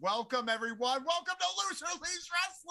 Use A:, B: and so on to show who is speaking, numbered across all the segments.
A: Welcome, everyone. Welcome to Loser Leaves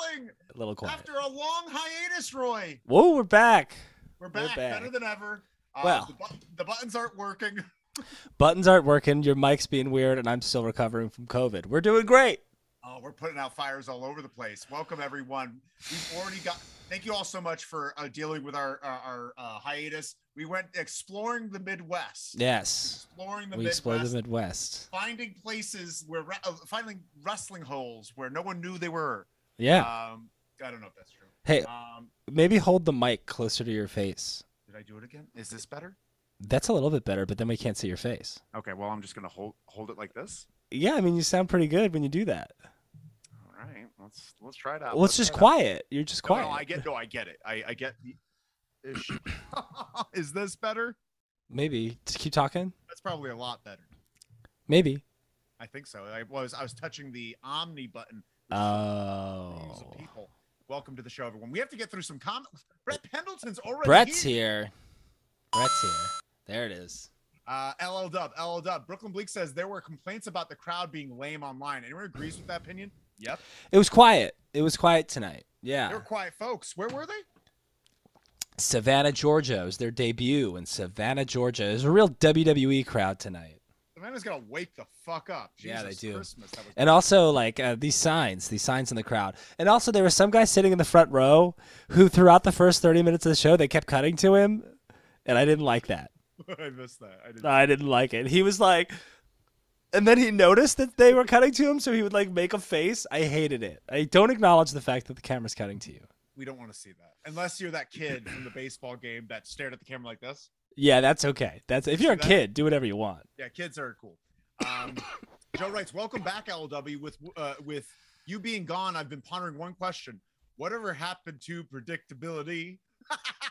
A: Wrestling.
B: A little quiet.
A: After a long hiatus, Roy,
B: Whoa, we're back.
A: we're back,
B: back.
A: better than ever. Uh,
B: Well.
A: the, bu- the buttons aren't working.
B: Buttons aren't working. Your mic's being weird, and I'm still recovering from COVID. We're doing great.
A: Oh, we're putting out fires all over the place. Welcome, everyone. We've already got. Thank you all so much for uh, dealing with our our, our uh, hiatus. We went exploring the Midwest.
B: Yes,
A: Exploring the
B: we
A: Midwest.
B: explored the Midwest.
A: finding places where re- uh, finding wrestling holes where no one knew they were.
B: Yeah.
A: Um, I don't know if that's true.
B: Hey,
A: Um,
B: maybe hold the mic closer to your face.
A: did I do it again? Is this better?
B: That's a little bit better, but then we can't see your face.
A: Okay, well I'm just gonna hold hold it like this.
B: Yeah, I mean, you sound pretty good when you do that.
A: All right, let's let's try it out.
B: Well, it's just
A: try it out.
B: quiet. You're just
A: No,
B: quiet.
A: No, I get no, I get it. I I get. The, is, she- is this better?
B: Maybe Just keep talking.
A: That's probably a lot better.
B: Maybe.
A: I think so. I was I was touching the Omni button. which is the use
B: Oh,
A: of people. Welcome to the show, everyone. We have to get through some comments. Brett Pendleton's already
B: Brett's
A: here.
B: here. Brett's here. There it is.
A: Uh, LL Dub, LL Dub. Brooklyn Bleak says there were complaints about the crowd being lame online. Anyone agrees with that opinion? Yep.
B: It was quiet. It was quiet tonight.
A: They
B: Yeah.
A: were quiet folks. Where were they?
B: Savannah, Georgia. It was their debut in Savannah, Georgia. It was a real WWE crowd tonight.
A: Savannah's gonna wake the fuck up.
B: Yeah,
A: Jesus
B: they do.
A: Christmas. That was-
B: And also, like, uh, these signs, these signs in the crowd. And also, there was some guy sitting in the front row who, throughout the first 30 minutes of the show, they kept cutting to him. And I didn't like that.
A: I missed that. I didn't.
B: I didn't like it. He was like, and then he noticed that they were cutting to him, so he would, like, make a face. I hated it. I don't acknowledge the fact that the camera's cutting to you.
A: we don't want to see that unless you're that kid from the baseball game that stared at the camera like this.
B: Yeah, that's okay. That's if you're a
A: That-
B: kid, do whatever you want.
A: Yeah, kids are cool. Um, Joe writes, "Welcome back, LW. With uh, with you being gone, I've been pondering one question: Whatever happened to predictability?"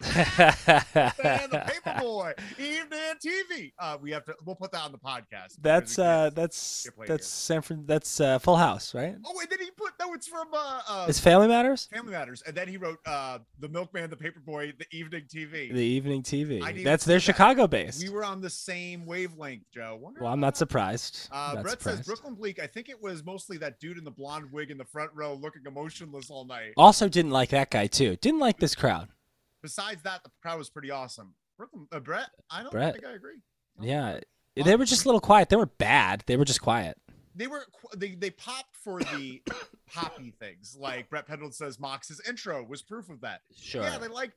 A: and the paperboy evening tv uh we have to we'll put that on the podcast because
B: That's
A: we
B: uh,
A: can't-
B: that's
A: Can't play
B: that's
A: here.
B: San Fran. That's uh, Full House, right?
A: oh and then he put no it's from uh, uh
B: It's Family Matters,
A: family matters and then he wrote uh the milkman the paperboy the evening tv
B: the evening
A: I didn't
B: TV.
A: even
B: That's
A: see
B: their
A: that.
B: Chicago based.
A: we were on the same wavelength joe Wonder
B: well, I'm
A: why.
B: not surprised.
A: uh,
B: not
A: Brett
B: surprised.
A: says Brooklyn Bleak. I think it was mostly that dude in the blonde wig in the front row looking emotionless all night.
B: Also, didn't like that guy too. Didn't like this crowd.
A: Besides that, the crowd was pretty awesome. Brooklyn, uh, Brett, I don't
B: Brett.
A: think I agree. I don't
B: Yeah, they were just a little quiet. They were bad. They were just quiet.
A: they were qu- they they popped for the poppy things. Like Brett Pendleton says, Mox's intro was proof of that.
B: Sure.
A: Yeah, they like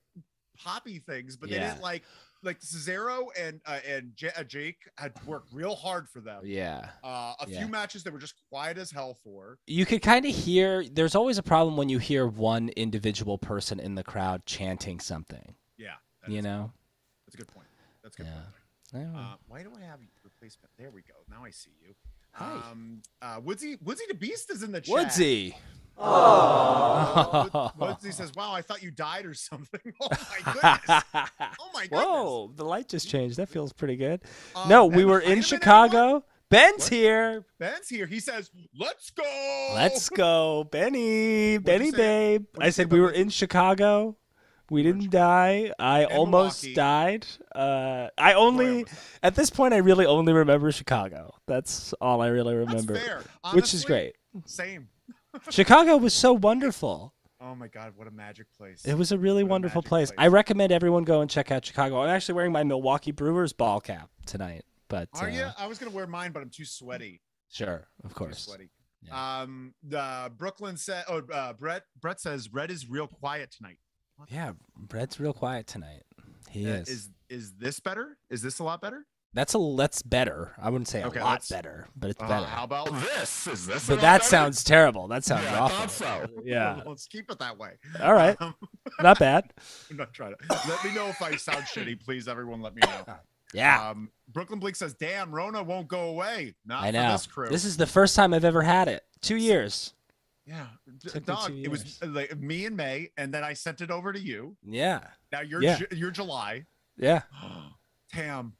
A: poppy things, but they
B: Yeah.
A: didn't like like Cesaro and uh, and J- uh, Jake had worked real hard for them.
B: Yeah.
A: Uh, a
B: Yeah.
A: few matches they were just quiet as hell for.
B: You could kind of hear. There's always a problem when you hear one individual person in the crowd chanting something.
A: Yeah, that
B: You
A: is-
B: know.
A: that's a good point. That's a good.
B: Yeah. Hmm.
A: Point. Uh, why do I have replacement? There we go. Now I see you.
B: Hi.
A: Um, uh, Woodsy Woodsy the Beast is in the chat.
B: Woodsy.
A: Wood- Woodsy says, "Wow, I thought you died or something." Oh my goodness. Oh my goodness.
B: Whoa, the light just changed. That feels pretty good.
A: Uh,
B: no,
A: Ben
B: we were in
A: Heineman, everyone?
B: Chicago. Ben's
A: What?
B: here.
A: Ben's here. He says, "Let's go."
B: Let's go, Benny. Benny
A: Oh. say?
B: babe.
A: What'd
B: I
A: you say
B: said we
A: about
B: were in Chicago. We
A: We're in
B: didn't die. I
A: And
B: almost
A: Milwaukee.
B: died. Uh, I only
A: almost died.
B: at this point I really only remember Chicago. That's all I really
A: That's
B: remember.
A: fair.
B: Which is
A: Honestly,
B: great.
A: Same.
B: Chicago was so wonderful.
A: Oh my God, what a magic place.
B: It was a really
A: What a
B: wonderful
A: magic
B: place.
A: place.
B: I recommend everyone go and check out Chicago. I'm actually wearing my Milwaukee Brewers ball cap tonight. But
A: Are
B: uh,
A: you? I was gonna wear mine, but I'm too sweaty.
B: Sure, of
A: Too
B: course.
A: sweaty. Um, uh, Brooklyn said, "Oh, uh, Brett. Brett says Red is real quiet tonight.
B: Yeah, Brett's real quiet tonight. He
A: Uh,
B: is.
A: Is is this better? Is this a lot better?
B: That's a that's better. I wouldn't say a
A: Okay,
B: lot
A: that's-
B: better, but it's
A: Uh,
B: better.
A: how about
C: This is this.
B: but that sounds terrible. That sounds
C: Yeah, I
B: awful.
C: thought so.
B: Yeah.
A: Let's keep it that way.
B: All right.
A: Um,
B: Not bad.
A: I'm not trying to. Let me know if I sound shitty, please. Everyone, let me know.
B: Yeah.
A: Um, Brooklyn Bleak says, "Damn, Rona won't go away." Uh, Not
B: I
A: for
B: know.
A: this crew.
B: This is the first time I've ever had it. Two years.
A: yeah, d-
B: Took me
A: dog.
B: two
A: It was
B: years.
A: uh, like me and May, and then I sent it over to you.
B: Yeah.
A: Now you're
B: Yeah.
A: Ju- you're July.
B: Yeah.
A: Tam,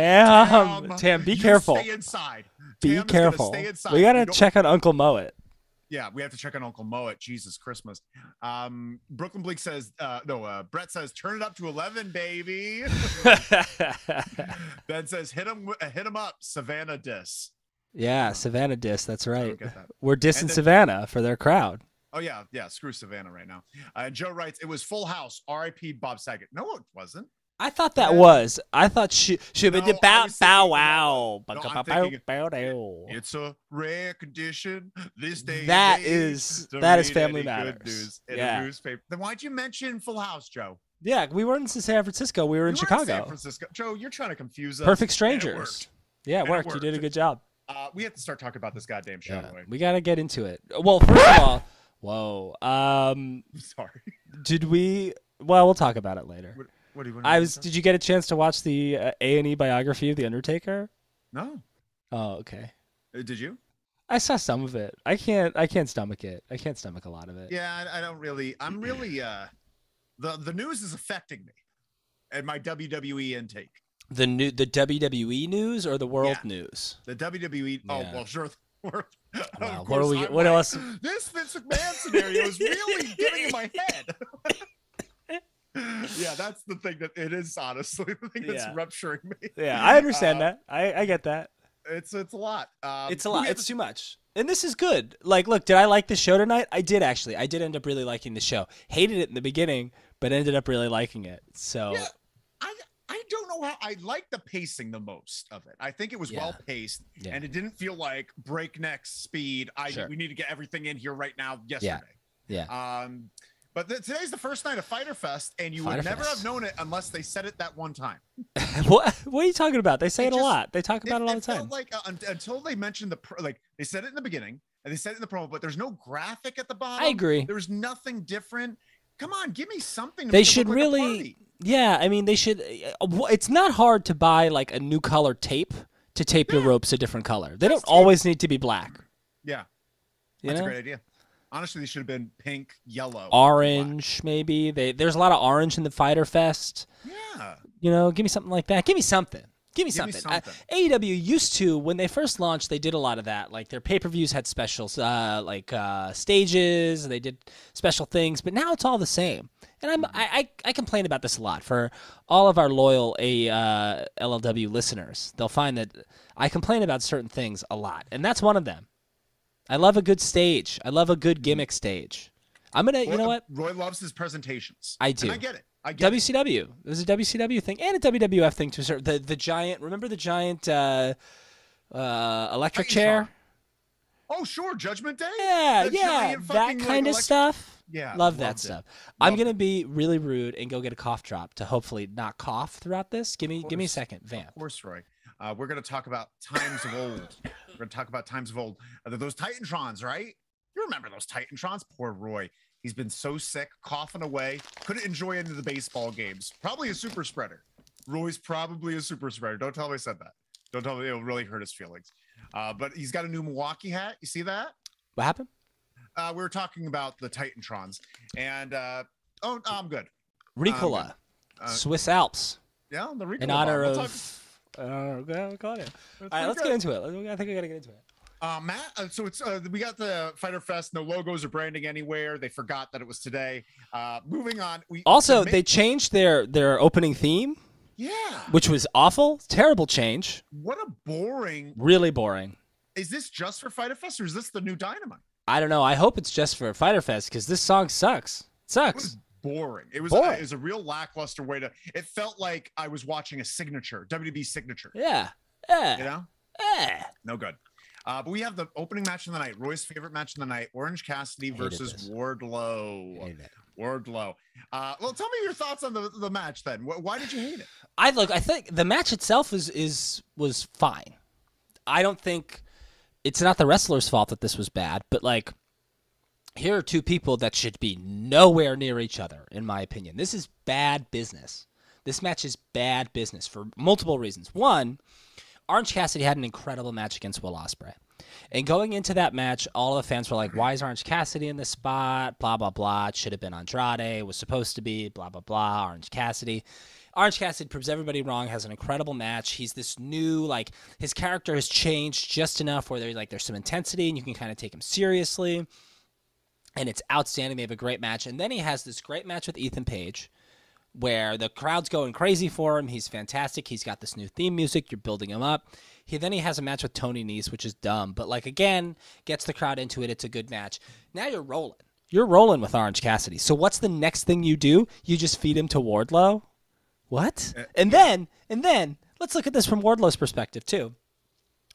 B: Tam,
A: Tam,
B: Um, Tam, be
A: Um, you
B: careful.
A: Stay inside.
B: Be
A: Tam is gonna
B: careful.
A: Stay inside.
B: We gotta
A: don't-
B: check on Uncle Moet.
A: Yeah, we have to check on Uncle Mo at Jesus Christmas. Um, Brooklyn Bleak says, uh, no, uh, Brett says, turn it up to 11, baby. uh, ben says, hit him, hit him up, Savannah Dis.
B: Yeah, Savannah Disc. That's
A: I
B: right.
A: don't get that.
B: We're dissing
A: then-
B: Savannah for their crowd.
A: Oh yeah, yeah. Screw Savannah right now. Uh, Joe writes, "It was Full House." R.I.P. Bob Saget. No, it wasn't.
B: I thought that
A: Yeah.
B: was. I thought she she
A: No,
B: would
A: I
B: be bow
A: was thinking
B: bow
A: about-
B: wow.
A: No,
B: Bow,
A: I'm
B: bow,
A: thinking-
B: bow, bow.
A: It's a rare condition this day. and
B: That
A: age
B: is
A: to
B: that is
A: read
B: Family
A: any good
B: Matters.
A: news in a
B: yeah,
A: newspaper. Then why'd you mention Full House, Joe?
B: yeah. We weren't in San Francisco. We were
A: You
B: in
A: were
B: Chicago.
A: San Francisco. Joe, you're trying to confuse us.
B: Perfect
A: and it
B: Strangers.
A: worked.
B: Yeah,
A: And
B: it
A: it
B: worked. You did a
A: worked.
B: good job.
A: Uh, we have to start talking about this goddamn show.
B: Yeah,
A: Anyway.
B: we gotta get into it. Well, first of all, whoa. Um,
A: I'm sorry.
B: did we? Well, we'll talk about it later.
A: What, what do you? What
B: I
A: do you
B: was.
A: want
B: Did you get a chance to watch the A and E biography of the Undertaker?
A: to- no.
B: Oh, okay.
A: Uh, Did you?
B: I saw some of it. I can't. I can't stomach it. I can't stomach a lot of it.
A: Yeah, I, I don't really. I'm really. uh The the news is affecting me, and my WWE intake.
B: The new, the WWE news or the world
A: Yeah.
B: news?
A: The WWE. Oh
B: Yeah.
A: well, sure. Wow,
B: Wow, what are we- what else-
A: This Vince McMahon scenario is really getting in my head. yeah, that's the thing that it is. Honestly, the thing that's
B: Yeah.
A: rupturing me.
B: Yeah, I understand
A: Uh,
B: that. I, I get that.
A: It's it's a lot. Um,
B: it's a
A: we
B: lot.
A: have
B: It's
A: to-
B: too much. And this is good. Like, look, did I like the show tonight? I did actually. I did end up really liking the show. Hated it in the beginning, but ended up really liking it. So
A: Yeah. I I don't know how I like the pacing the most of it. I think it was
B: Yeah.
A: well paced
B: Yeah.
A: and it didn't feel like breakneck speed. I
B: Sure.
A: we need to get everything in here right now yesterday.
B: yeah.
A: Um but th- today's the first night of Fighter Fest, and you
B: Fyter
A: would never
B: Fest.
A: have known it unless they said it that one time.
B: what What are you talking about? They say
A: It
B: it, a
A: just-
B: lot. They talk about it, all the
A: felt
B: time.
A: Like uh, un- until they mentioned the pro- like they said it in the beginning and they said it in the promo, but there's no graphic at the bottom.
B: I agree.
A: There's nothing different. Come on, give me something. to
B: They
A: make it look
B: should
A: like a
B: really-
A: party.
B: Yeah, I mean, they should. uh, wh- It's not hard to buy like a new color tape to tape your
A: Yeah.
B: ropes a different color. They don't
A: Just tape.
B: always need to be black.
A: Yeah,
B: You
A: that's
B: know?
A: a great idea. Honestly, they should have been pink, yellow, and black.
B: Orange, maybe. They, there's a lot of orange in the Fighter Fest.
A: Yeah.
B: You know, give me something like that. Give me something. Give me
A: Give me
B: something.
A: something.
B: I, AEW used to when they first launched, they did a lot of that. Like their pay per views had specials, uh, like uh, stages. and They did special things, but now it's all the same. And I'm I, I, I complain about this a lot for all of our loyal a uh, LLW listeners. They'll find that I complain about certain things a lot, and that's one of them. I love a good stage. I love a good gimmick stage. I'm gonna. You know
A: Roy-
B: what?
A: Roy loves his presentations.
B: I
A: And
B: do.
A: I get it. I get it.
B: WCW. There's a WCW thing and a WWF thing to serve. The the giant. Remember the giant uh, uh, electric
A: Titan
B: chair?
A: Star. Oh, sure. Judgment Day.
B: Yeah,
A: The
B: yeah,
A: giant
B: that
A: fucking,
B: kind
A: like,
B: of
A: elect-
B: stuff.
A: Yeah.
B: Love that
A: loved it.
B: stuff. I'm
A: Loved
B: gonna be really rude and go get a cough drop to hopefully not cough throughout this. Give me give me a
A: course.
B: second,
A: Of
B: vamp.
A: course, Roy. Uh, we're going to talk about times of old. We're going to talk about times of old. Uh, those Titantrons, right? You remember those Titantrons? Poor Roy. He's been so sick, coughing away. Couldn't enjoy any of the baseball games. Probably a super spreader. Roy's probably a super spreader. Don't tell him I said that. Don't tell me it'll really hurt his feelings. Uh, but he's got a new Milwaukee hat. You see that?
B: What happened?
A: Uh, we were talking about the Titantrons, and uh, oh, I'm good.
B: Ricola,
A: Uh,
B: Swiss Alps,
A: Yeah, the Ricola
B: in
A: bomb.
B: honor
A: We'll
B: of. uh,
A: talk-
B: I don't know. We'll call it.
A: we'll talk
B: All right, let's
A: about-
B: get into it. Let's- I think we gotta get into it.
A: Uh, Matt, uh, so it's uh, we got the Fighter Fest. No logos or branding anywhere. They forgot that it was today. Uh, moving on. We
B: Also,
A: the ma-
B: they changed their their opening theme,
A: yeah.
B: which was awful, terrible change,
A: What a boring.
B: really boring.
A: Is this just for Fighter Fest or is this the new Dynamite?
B: I don't know. I hope it's just for Fighter Fest because this song sucks. It
A: It
B: sucks.
A: was boring. It was
B: Boring.
A: it was a real lackluster way to. It felt like I was watching a signature WB signature.
B: Yeah.
A: You
B: Yeah.
A: know,
B: Yeah.
A: no good. Uh, but we have the opening match of the night. Roy's favorite match of the night: Orange Cassidy
B: Hated
A: versus
B: this.
A: Wardlow. Wardlow. Uh, well, tell me your thoughts on the the match then. Wh- Why did you hate it?
B: I look. I think the match itself is is was fine. I don't think it's not the wrestler's fault that this was bad, but like here are two people that should be nowhere near each other, in my opinion. This is bad business. This match is bad business for multiple reasons. One, Orange Cassidy had an incredible match against Will Ospreay. And going into that match, all of the fans were like, why is Orange Cassidy in this spot? Blah, blah, blah. It should have been Andrade. It was supposed to be. Blah, blah, blah. Orange Cassidy. Orange Cassidy proves everybody wrong, has an incredible match. He's this new, like, his character has changed just enough where there's like there's some intensity and you can kind of take him seriously. And it's outstanding. They have a great match. And then he has this great match with Ethan Page where the crowd's going crazy for him. He's fantastic. He's got this new theme music. You're building him up. He then he has a match with Tony Nese, which is dumb, but like again, gets the crowd into it. It's a good match. Now you're rolling. You're rolling with Orange Cassidy. So what's the next thing you do? You just feed him to Wardlow? What? and then and then let's look at this from Wardlow's perspective too.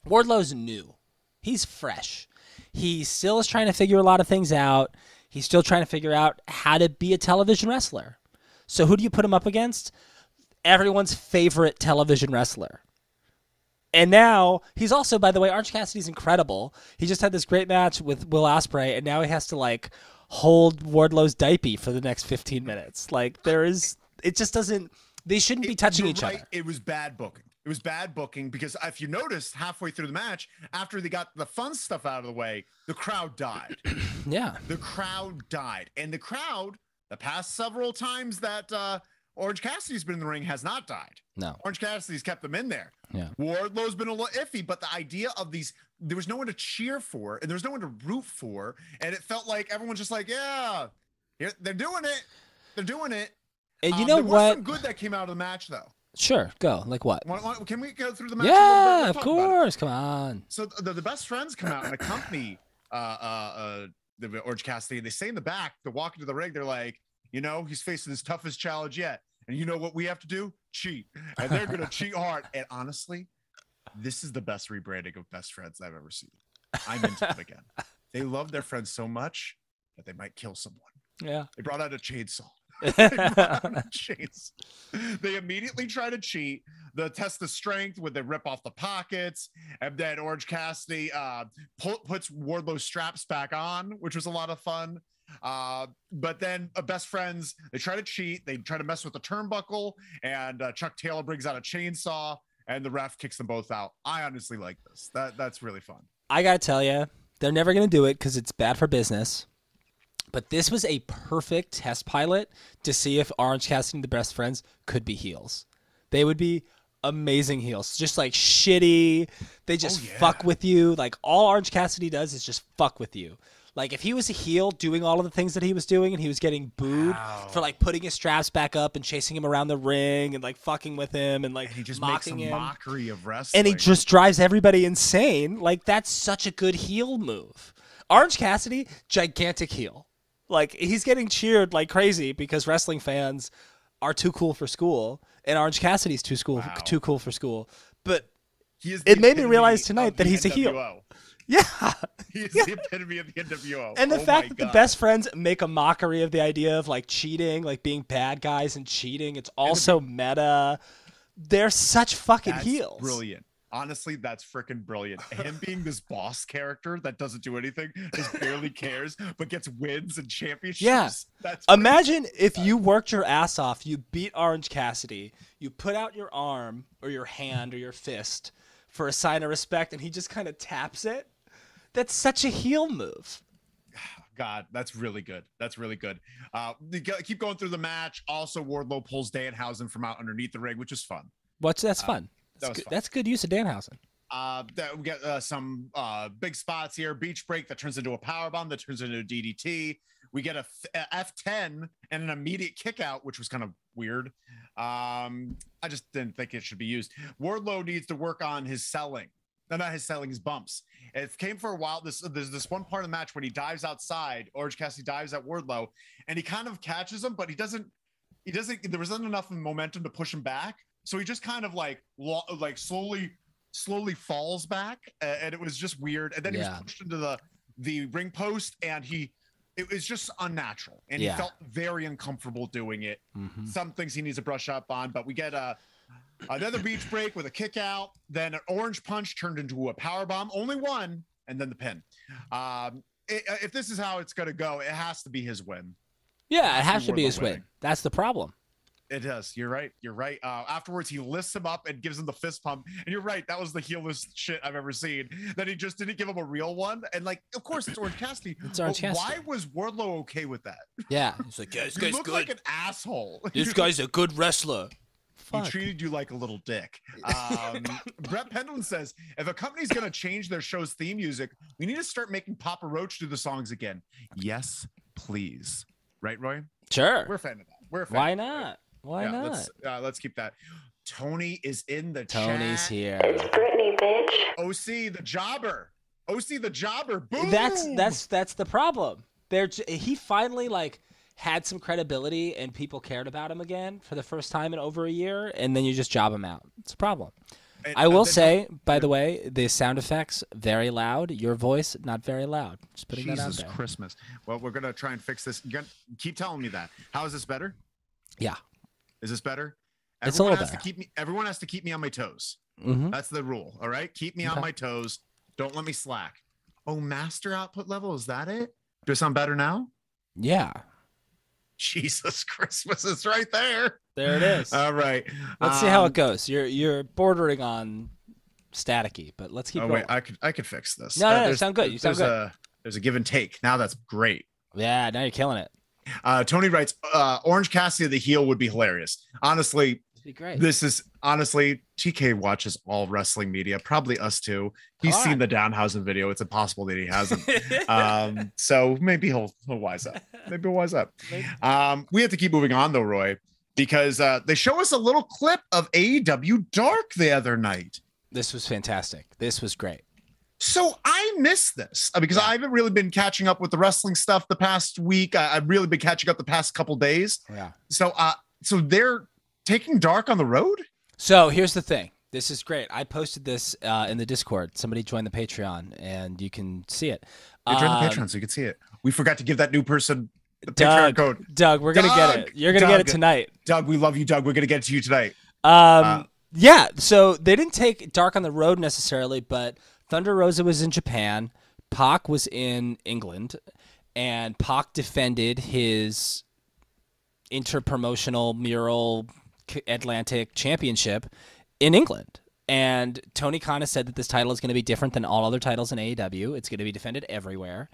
B: Wardlow's new. He's fresh. He still is trying to figure a lot of things out. He's still trying to figure out how to be a television wrestler. So who do you put him up against? Everyone's favorite television wrestler. And now he's also, by the way, Orange Cassidy's incredible. He just had this great match with Will Osprey, and now he has to like hold Wardlow's diaper for the next 15 minutes. Like there is, it just doesn't. They shouldn't be touching
A: You're
B: each
A: right,
B: other.
A: It was bad booking. It was bad booking because if you noticed halfway through the match, after they got the fun stuff out of the way, the crowd died.
B: Yeah.
A: the crowd died. And the crowd, the past several times that uh, Orange Cassidy's been in the ring, has not died.
B: No.
A: Orange Cassidy's kept them in there.
B: Yeah.
A: Wardlow's been a little iffy, but the idea of these, there was no one to cheer for and there was no one to root for. And it felt like everyone's just like, yeah, here- they're doing it. They're doing it.
B: And you
A: Um,
B: know
A: there was
B: what?
A: some good that came out of the match, though.
B: Sure. Go. Like what?
A: Why- why- Can we go through the match? a little bit?
B: Yeah,
A: We'll
B: of
A: talk about it.
B: course. Come on.
A: So th- the, the best friends come out and accompany uh, uh, uh, the Orange Cassidy, and they say in the back, they're walking to the ring, they're like, you know, he's facing his toughest challenge yet, and you know what we have to do? Cheat, and they're gonna cheat hard. And honestly, this is the best rebranding of best friends I've ever seen. I'm into it again. They love their friends so much that they might kill someone.
B: Yeah.
A: They brought out a chainsaw.
B: yeah.
A: Jeez. They immediately try to cheat. The test of strength when they rip off the pockets, and then Orange Cassidy uh, pu- puts Wardlow's straps back on, which was a lot of fun. Uh, but then uh, best friends, they try to cheat. They try to mess with the turnbuckle, and uh, Chuck Taylor brings out a chainsaw, and the ref kicks them both out. I honestly like this. That that's really fun.
B: I gotta tell you, they're never gonna do it because it's bad for business. But this was a perfect test pilot to see if Orange Cassidy and the Best Friends could be heels. They would be amazing heels, just like shitty. They just
A: Oh, yeah.
B: fuck with you. Like all Orange Cassidy does is just fuck with you. Like if he was a heel doing all of the things that he was doing and he was getting booed for like putting his straps back up and chasing him around the ring and like fucking with him and like
A: And he just makes a
B: mocking him
A: mockery of wrestling.
B: and he just drives everybody insane. Like that's such a good heel move. Orange Cassidy, gigantic heel. Like he's getting cheered like crazy because wrestling fans are too cool for school, and Orange Cassidy's too school
A: Wow.
B: too cool for school. But
A: He is
B: it
A: the
B: made me realize
A: epitome
B: tonight
A: of
B: that
A: the
B: he's a heel.
A: NWO.
B: yeah,
A: He is the epitome of the NWO.
B: and the
A: Oh my
B: fact that the
A: God.
B: best friends make a mockery of the idea of like cheating, like being bad guys and cheating, it's also meta. They're such fucking
A: That's
B: heels.
A: Brilliant. Honestly, that's freaking brilliant. Him being this boss character that doesn't do anything, just barely cares, but gets wins and championships.
B: Yeah. Uh,
A: That's
B: Imagine if you worked your ass off, you beat Orange Cassidy, you put out your arm or your hand or your fist for a sign of respect, and he just kind of taps it. That's such a heel move.
A: God, that's really good. That's really good. Uh, they go- keep going through the match. Also, Wardlow pulls Danhausen from out underneath the ring, which is fun.
B: What's that's fun.
A: Ah, that was
B: good,
A: fun.
B: that's good use of Danhausen.
A: Uh, that we got uh, some uh, big spots here. Beach break that turns into a power bomb that turns into a DDT. We get a f- a F10 and an immediate kick out, which was kind of weird. Um, I just didn't think it should be used. Wardlow needs to work on his selling. No, not his selling, his bumps. It came for a while. This there's this one part of the match when he dives outside. Orange Cassidy dives at Wardlow, and he kind of catches him, but he doesn't he doesn't there wasn't enough momentum to push him back so he just kind of like lo- like slowly slowly falls back uh, and it was just weird and then he
B: Yeah.
A: was pushed into the the ring post and he it was just unnatural and
B: Yeah. Mm-hmm.
A: he felt very uncomfortable doing it some things he needs to brush up on but we get a another beach break with a kick out then an orange punch turned into a power bomb only one and then the pin um i- if this is how it's going to go it has to be his win
B: Yeah, it has
A: Wardlow
B: to be his win.
A: winning.
B: That's the problem.
A: It does. You're right. You're right. Uh, afterwards, he lifts him up and gives him the fist pump. And you're right. That was the heelest shit I've ever seen. That he just didn't give him a real one. And like, of course, it's Orange Cassidy.
B: It's Orange
A: but
B: Cassidy.
A: Why was Wardlow okay with that?
B: Yeah, it's like yeah, this
A: you look like an asshole.
B: this guy's a good wrestler.
A: He
B: Fuck.
A: treated you like a little dick. Um, Brett Pendleton says if a company's going to change their show's theme music, we need to start making Papa Roach do the songs again. Yes, please. Right, Roy?
B: Sure.
A: We're a fan of that. We're a fan.
B: Why
A: of that.
B: not? Why
A: yeah,
B: not?
A: Let's, uh, let's keep that. Tony is in the
B: Tony's
A: chat.
B: here.
C: It's Britney, bitch.
A: OC the jobber. OC the jobber. Boom.
B: That's that's that's the problem. There, he finally like had some credibility and people cared about him again for the first time in over a year, and then you just job him out. It's a problem.
A: And-
B: I
A: and
B: will
A: then
B: say, by the way, the sound effects very loud. Your voice not very loud. Just putting that out
A: Jesus
B: there.
A: Christmas. Well, we're gonna try and fix this. You're gonna- keep telling me that. How is this better?
B: Yeah.
A: Is this better?
B: It's a little
A: has
B: better.
A: to keep me. Everyone has to keep me on my toes.
B: Mm-hmm.
A: That's the rule. All right, keep me on
B: Okay.
A: my toes. Don't let me slack. Oh, master output level is that it? Do I sound better now?
B: Yeah.
A: Jesus Christmas is right there.
B: There it is.
A: All right.
B: let's see how
A: Um,
B: it goes. You're you're bordering on staticky, but let's keep
A: Oh
B: going.
A: wait, I could I could fix this. Uh,
B: No, no, no,
A: there's-
B: sound good. You sound
A: there's
B: good.
A: A, there's a give and take. Now that's great.
B: yeah. Now you're killing it.
A: Uh, Tony writes, uh, Orange Cassidy the heel would be hilarious. Honestly,
B: It'd be great.
A: this is honestly TK watches all wrestling media, probably us too. He's
B: Come
A: seen
B: on.
A: the Downhausen video. It's impossible that he hasn't. um, so maybe he'll, he'll wise up. Maybe he'll wise up.
B: Maybe.
A: Um, we have to keep moving on though, Roy, because uh, they show us a little clip of AEW Dark the other night.
B: This was fantastic. This was great.
A: So I missed this uh, because
B: Yeah.
A: I haven't really been catching up with the wrestling stuff the past week. I, I've really been catching up the past couple days.
B: Yeah.
A: So, uh, so they're taking Dark on the road.
B: So here's the thing. This is great. I posted this uh, in the Discord. Somebody joined the Patreon, and you can see it.
A: They joined
B: Um,
A: the Patreon, so you can see it. We forgot to give that new person the Patreon
B: Doug,
A: code.
B: Doug, we're gonna get it.
A: Doug,
B: You're gonna get it
A: Doug.
B: tonight.
A: Doug, we love you, Doug. We're gonna get it to you tonight.
B: Um,
A: Uh,
B: yeah. So they didn't take Dark on the Road necessarily, but Thunder Rosa was in Japan, Pac was in England, and Pac defended his interpromotional mural C- Atlantic Championship in England. And Tony Khan has said that this title is going to be different than all other titles in AEW. It's going to be defended everywhere.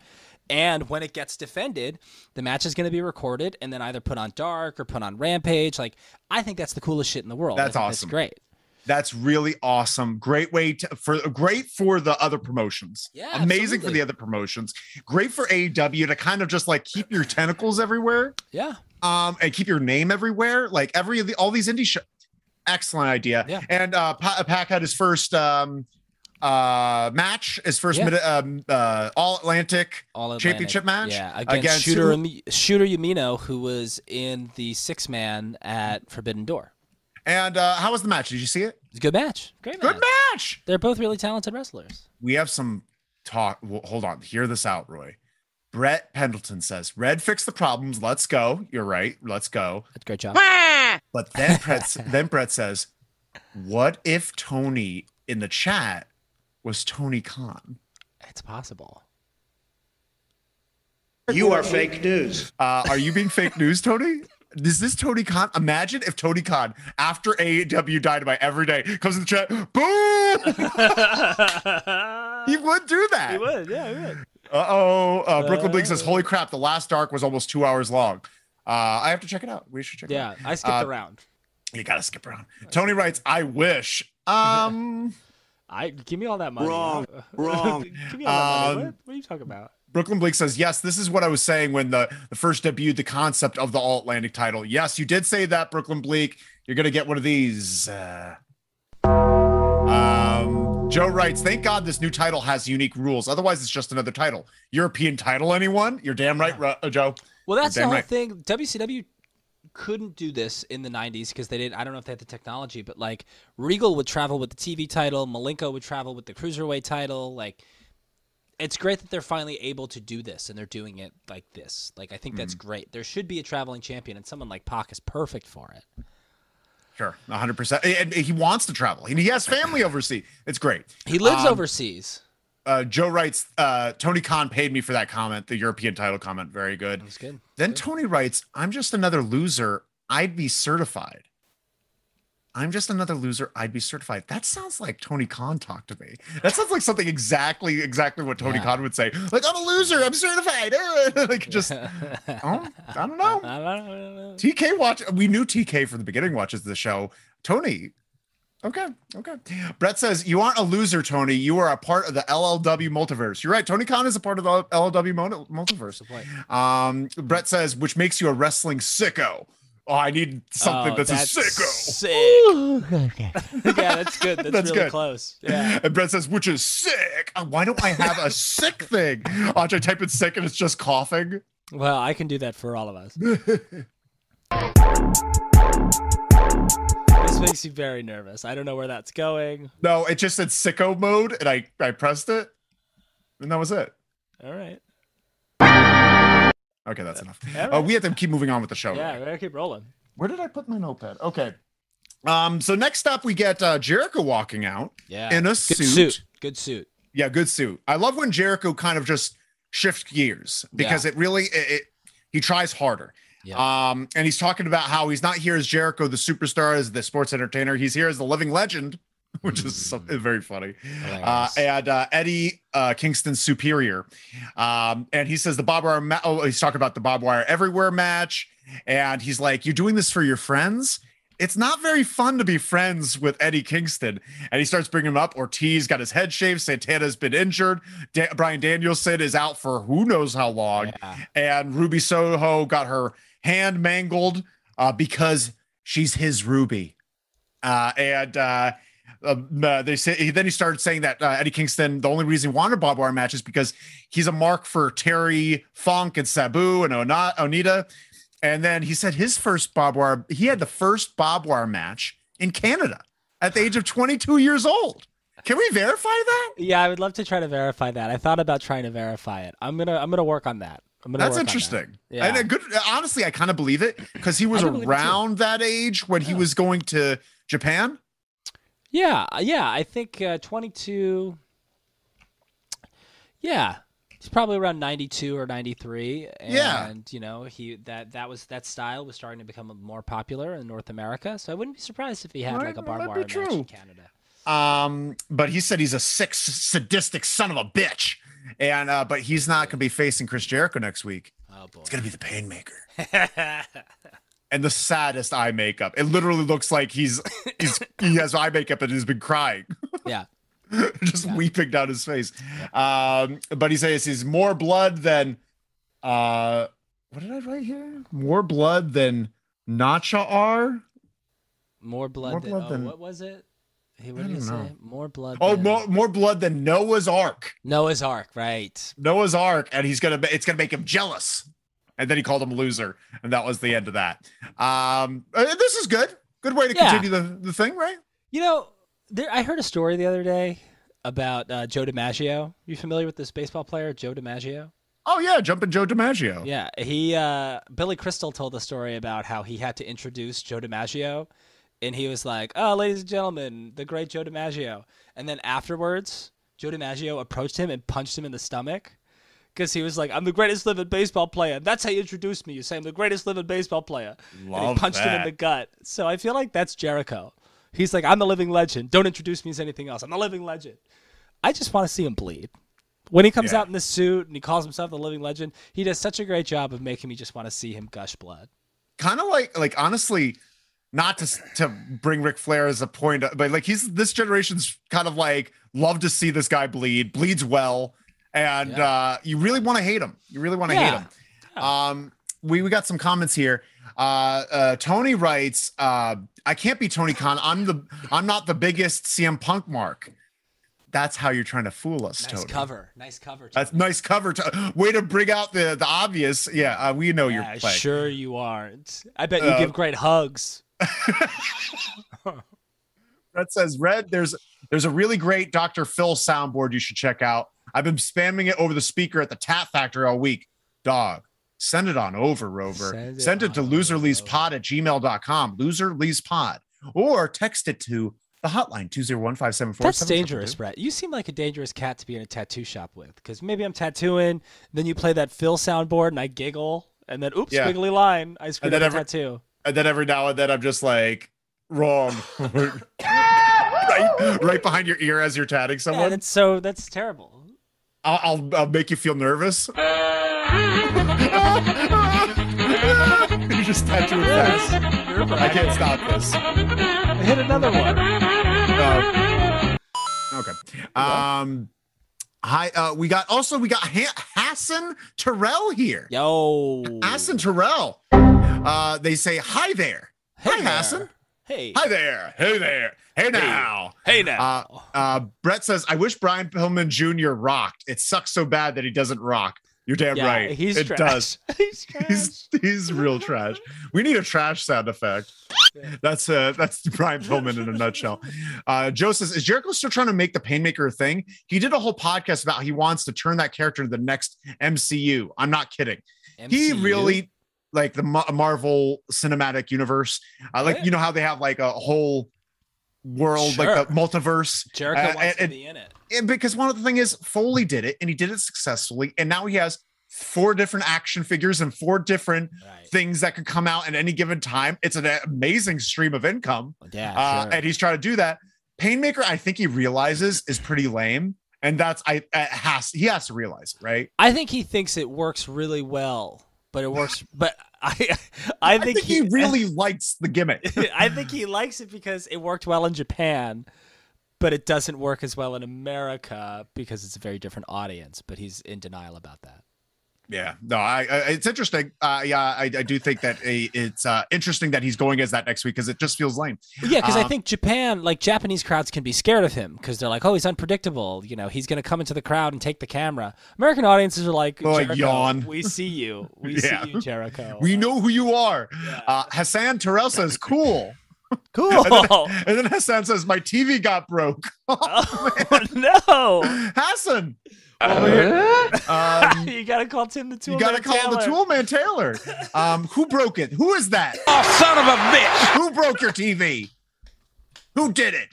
B: And when it gets defended, the match is going to be recorded and then either put on Dark or put on Rampage. Like, I think that's the coolest shit in the world. I
A: That's
B: think
A: awesome.
B: That's great.
A: That's really awesome. Great way to for great for the other promotions.
B: Yeah,
A: amazing for
B: absolutely.
A: the other promotions. Great for AEW to kind of just like keep your tentacles everywhere.
B: Yeah.
A: um, and keep your name everywhere. Like every of the, all these indie shows. Excellent idea.
B: Yeah.
A: And uh, pa- Pac had his first um, uh, match, his first
B: Yeah.
A: mid- um, uh, All Atlantic.
B: All Atlantic.
A: Championship match
B: Yeah, against,
A: against
B: Shooter,
A: who?
B: Umi- Shooter Umino, who was in the six man at Forbidden Door.
A: And uh, how was the match? Did you see it?
B: It's a good match. Great match.
A: Good match.
B: They're both really talented wrestlers.
A: We have some talk. Well, hold on. Hear this out, Roy. Brett Pendleton says, "Red, fix the problems. Let's go." You're right. Let's go.
B: That's a great job.
A: But then Brett, then Brett says, "What if Tony in the chat was Tony Khan?"
B: It's possible.
D: You are fake news.
A: Uh, are you being fake news, Tony? Is this Tony Khan? Imagine if Tony Khan, after AEW Dynamite every day, comes to the chat, boom! he would do that.
B: would, yeah, he would.
A: Uh-oh. Uh Brooklyn Blink says, holy crap, the last dark was almost two hours long. Uh, I have to check it out. We should check it out.
B: Yeah, I skipped
A: Uh,
B: around.
A: You got to skip around. Tony writes, I wish. Um,
B: I give me all that money.
D: Wrong, wrong.
B: give me all that money.
A: Um,
B: What, what are you talking about?
A: Brooklyn Blake says, yes, this is what I was saying when the, the first debuted the concept of the All Atlantic title. Yes, you did say that, Brooklyn Blake. You're going to get one of these. Uh, um, Joe writes, thank God this new title has unique rules. Otherwise, it's just another title. European title, anyone? You're damn right, Ro- uh, Joe.
B: Well, that's the
A: damn
B: whole
A: right.
B: thing. WCW couldn't do this in the 90s because they didn't. I don't know if they had the technology, but like Regal would travel with the TV title, Malenko would travel with the Cruiserweight title. Like, it's great that they're finally able to do this and they're doing it like this. Like, I think that's
A: Hmm.
B: great. There should be a traveling champion, and someone like Pac is perfect for it.
A: Sure, 100%. And he wants to travel, and he has family overseas. It's great.
B: He lives
A: Um,
B: overseas.
A: Uh, Joe writes, uh, Tony Khan paid me for that comment, the European title comment. Very good.
B: That's good.
A: Then Tony writes, I'm just another loser. I'd be certified. I'm just another loser. I'd be certified. That sounds like Tony Khan talked to me. That sounds like something exactly, exactly what Tony
B: Yeah.
A: Khan would say. Like, I'm a loser. I'm certified. like, just, I don't, I don't know.
B: I don't know.
A: TK watch. We knew TK from the beginning watches the show. Tony. Okay. Okay. Brett says, You aren't a loser, Tony. You are a part of the LLW multiverse. You're right. Tony Khan is a part of the LLW mon- multiverse.
B: What's the point?
A: Um, Brett says, which makes you a wrestling sicko. Oh, I need something
B: Oh,
A: that's, a sicko.
B: sicko. yeah, that's good. That's,
A: That's
B: really
A: good.
B: close. Yeah.
A: And Brett says, which is sick. Uh, Why don't I have a sick thing? Andre, type in sick and it's just coughing.
B: Well, I can do that for all of us. this makes you very nervous. I don't know where that's going.
A: No, it just said sicko mode and I, I pressed it. And that was it.
B: All right.
A: Okay, that's enough.
B: All
A: Uh, we have to keep moving on with the show.
B: Yeah, we're gonna keep rolling.
A: Where did I put my notepad? Okay. Um, so next up, we get uh, Jericho walking out
B: Yeah.
A: in a
B: Good
A: suit.
B: suit. Good suit.
A: Yeah, good suit. I love when Jericho kind of just shifts gears because it really it, it he tries harder.
B: Yeah.
A: Um, and he's talking about how he's not here as Jericho, the superstar, as the sports entertainer. He's here as the living legend, which is so,
B: Mm.
A: very funny.
B: Oh,
A: Uh,
B: Hilarious.
A: and uh, Eddie uh, Kingston's superior. Um, and he says the barbed wire. Ma- oh, he's talking about the barbed wire everywhere match. And he's like, "You're doing this for your friends." It's not very fun to be friends with Eddie Kingston. And he starts bringing him up. Ortiz got his head shaved. Santana's been injured. Da- Brian Danielson is out for who knows how long.
B: Yeah.
A: And Ruby Soho got her hand mangled uh, because she's his Ruby. Uh, and uh, um, uh, they say he, then he started saying that uh, Eddie Kingston, the only reason he wanted Bob Wire match is because he's a mark for Terry Funk and Sabu and Ona- Onita. And then he said his first Bob Wire, he had the first Bob Wire match in Canada at the age of 22 years old. Can we verify that?
B: Yeah, I would love to try to verify that. I thought about trying to verify it. I'm gonna I'm gonna work on that. I'm gonna
A: That's
B: work on that.
A: interesting.
B: Yeah.
A: And a good honestly, I kind of believe it because he was
B: I do believe it too.
A: around that age when he was going to Japan.
B: Yeah, yeah, I think uh, 22. Yeah, he's probably around 92 or 93. And,
A: Yeah.
B: you know he that that was that style was starting to become more popular in North America. So I wouldn't be surprised if he had
A: Might-
B: like a barbed
A: might
B: wire
A: be
B: match in
A: true.
B: Canada.
A: Um, but he said he's a sick, sadistic son of a bitch. And uh, but he's not gonna be facing Chris Jericho next week.
B: Oh boy.
A: It's gonna be the pain maker. and the saddest eye makeup. It literally looks like he's, he's he has eye makeup and has been crying.
B: yeah.
A: just weeping down his face. Um, but he says he's more blood than uh what did I write here? More blood than Nacha R.
B: More blood,
A: More
B: than,
A: blood
B: oh,
A: than-
B: what was it? He what
A: I
B: did he
A: don't
B: say?
A: know.
B: More blood.
A: Oh,
B: than...
A: more, more blood than Noah's Ark.
B: Noah's Ark, right?
A: Noah's Ark, and he's gonna ma- it's gonna make him jealous. And then he called him a loser, and that was the end of that. Um, uh, this is good. Good way to
B: Yeah.
A: continue the, the thing, right?
B: You know, there I heard a story the other day about uh, Joe DiMaggio. You familiar with this baseball player, Joe DiMaggio?
A: Oh yeah, jumping Joe DiMaggio.
B: Yeah, he uh, Billy Crystal told the story about how he had to introduce Joe DiMaggio, and he was like, "Oh, ladies and gentlemen, the great Joe DiMaggio." And then afterwards, Joe DiMaggio approached him and punched him in the stomach because he was like, "I'm the greatest living baseball player." That's how you introduce me. You say I'm the greatest living baseball player, and
A: Love
B: he punched him in
A: that.
B: the gut. So I feel like that's Jericho. He's like, "I'm the living legend. Don't introduce me as anything else. I'm the living legend." I just want to see him bleed when he comes
A: Yeah.
B: out in this suit and he calls himself the living legend, he does such a great job of making me just want to see him gush blood.
A: kind of like like honestly not to s- to bring Ric Flair as a point uh, but like he's this generation's kind of like love to see this guy bleed bleeds well and
B: Yeah.
A: uh you really want to hate him you really want to hate
B: Yeah.
A: him um we we got some comments here uh uh Tony writes uh I can't be Tony Khan I'm the I'm not the biggest CM Punk mark that's how you're trying to fool us
B: Nice
A: Tony
B: cover. Nice cover.
A: that's
B: Tony.
A: nice cover to, way to bring out the the obvious yeah uh, we know
B: Yeah,
A: you're playing
B: sure you aren't. I bet you
A: Uh,
B: give great hugs.
A: that says red there's there's a really great dr phil soundboard you should check out i've been spamming it over the speaker at the tat factory all week dog send it on over rover
B: Send
A: send
B: it
A: it, to
B: on
A: loserleespod at gmail.com loserleespod or text it to the hotline 201-574
B: That's dangerous, Brett. You seem like a dangerous cat to be in a tattoo shop with because maybe I'm tattooing, then you play that Phil soundboard and I giggle, and then oops,
A: Yeah.
B: squiggly line. I screwed up
A: then
B: the
A: every-
B: tattoo.
A: and then every now and then i'm just like wrong right right behind your ear as you're tatting
B: Yeah,
A: someone
B: that's so that's terrible.
A: I'll, I'll, I'll make you feel nervous you just tattooing fast
B: You're
A: I
B: right.
A: can't stop this.
B: Hit another one.
A: No. Okay. Um, hi. Uh, we got also we got ha- Hassan Terrell here.
B: Yo.
A: Hassan Terrell. Uh, they say, Hi there. Hi,
B: there.
A: Hassan.
B: Hey. Ah,
A: Hi there. Hey there. Hey now.
B: Hey now.
A: Uh, uh, Brett says, I wish Brian Pillman Jr. rocked. It sucks so bad that he doesn't rock. You're damn
B: yeah,
A: right.
B: He's
A: it
B: trash.
A: does.
B: he's trash.
A: He's he's real trash. We need a trash sound effect. That's uh that's Brian Pillman in a nutshell. Uh Joe says, is Jericho still trying to make the Painmaker a thing? He did a whole podcast about how he wants to turn that character into the next MCU. I'm not kidding. He
B: MCU?
A: really like the Ma- Marvel Cinematic Universe. I like
B: Yeah.
A: you know how they have like a whole world
B: Sure.
A: like the multiverse
B: Jericho
A: uh,
B: wants
A: and-
B: to
A: and-
B: be in it.
A: and because one of the thing is Foley did it and he did it successfully and now he has four different action figures and four different
B: Right.
A: things that could come out at any given time. It's an amazing stream of income.
B: Yeah.
A: Uh,
B: sure.
A: and he's trying to do that. Painmaker, I think he realizes is pretty lame. And that's I uh, has he has to realize, it, right?
B: I think he thinks it works really well, but it works. but I, I
A: I
B: think,
A: think, he, really likes the gimmick.
B: I think he likes it because it worked well in Japan, but it doesn't work as well in America because it's a very different audience. But he's in denial about that.
A: Yeah, no, I, I it's interesting. Uh, yeah, I, I do think that a, it's uh, interesting that he's going as that next week because it just feels lame.
B: Well, yeah, because I
A: Um,
B: think Japan, like Japanese crowds, can be scared of him because they're like, "Oh, he's unpredictable. You know, he's going to come into the crowd and take the camera." American audiences are like,
A: Oh, like,
B: "Jericho,
A: yawn."
B: We see you. We
A: Yeah.
B: see you, Jericho.
A: We
B: Like,
A: know who you are. Uh, Hassan Terrell says, cool.
B: Cool.
A: And then Hassan says, my TV got broke.
B: oh no.
A: Hassan,
C: Uh,
A: um,
B: you gotta call Tim the tool.
A: you got to call the tool man Taylor. Um, who broke it? Who is that?
C: oh, son of a bitch!
A: Who broke your TV? Who did it?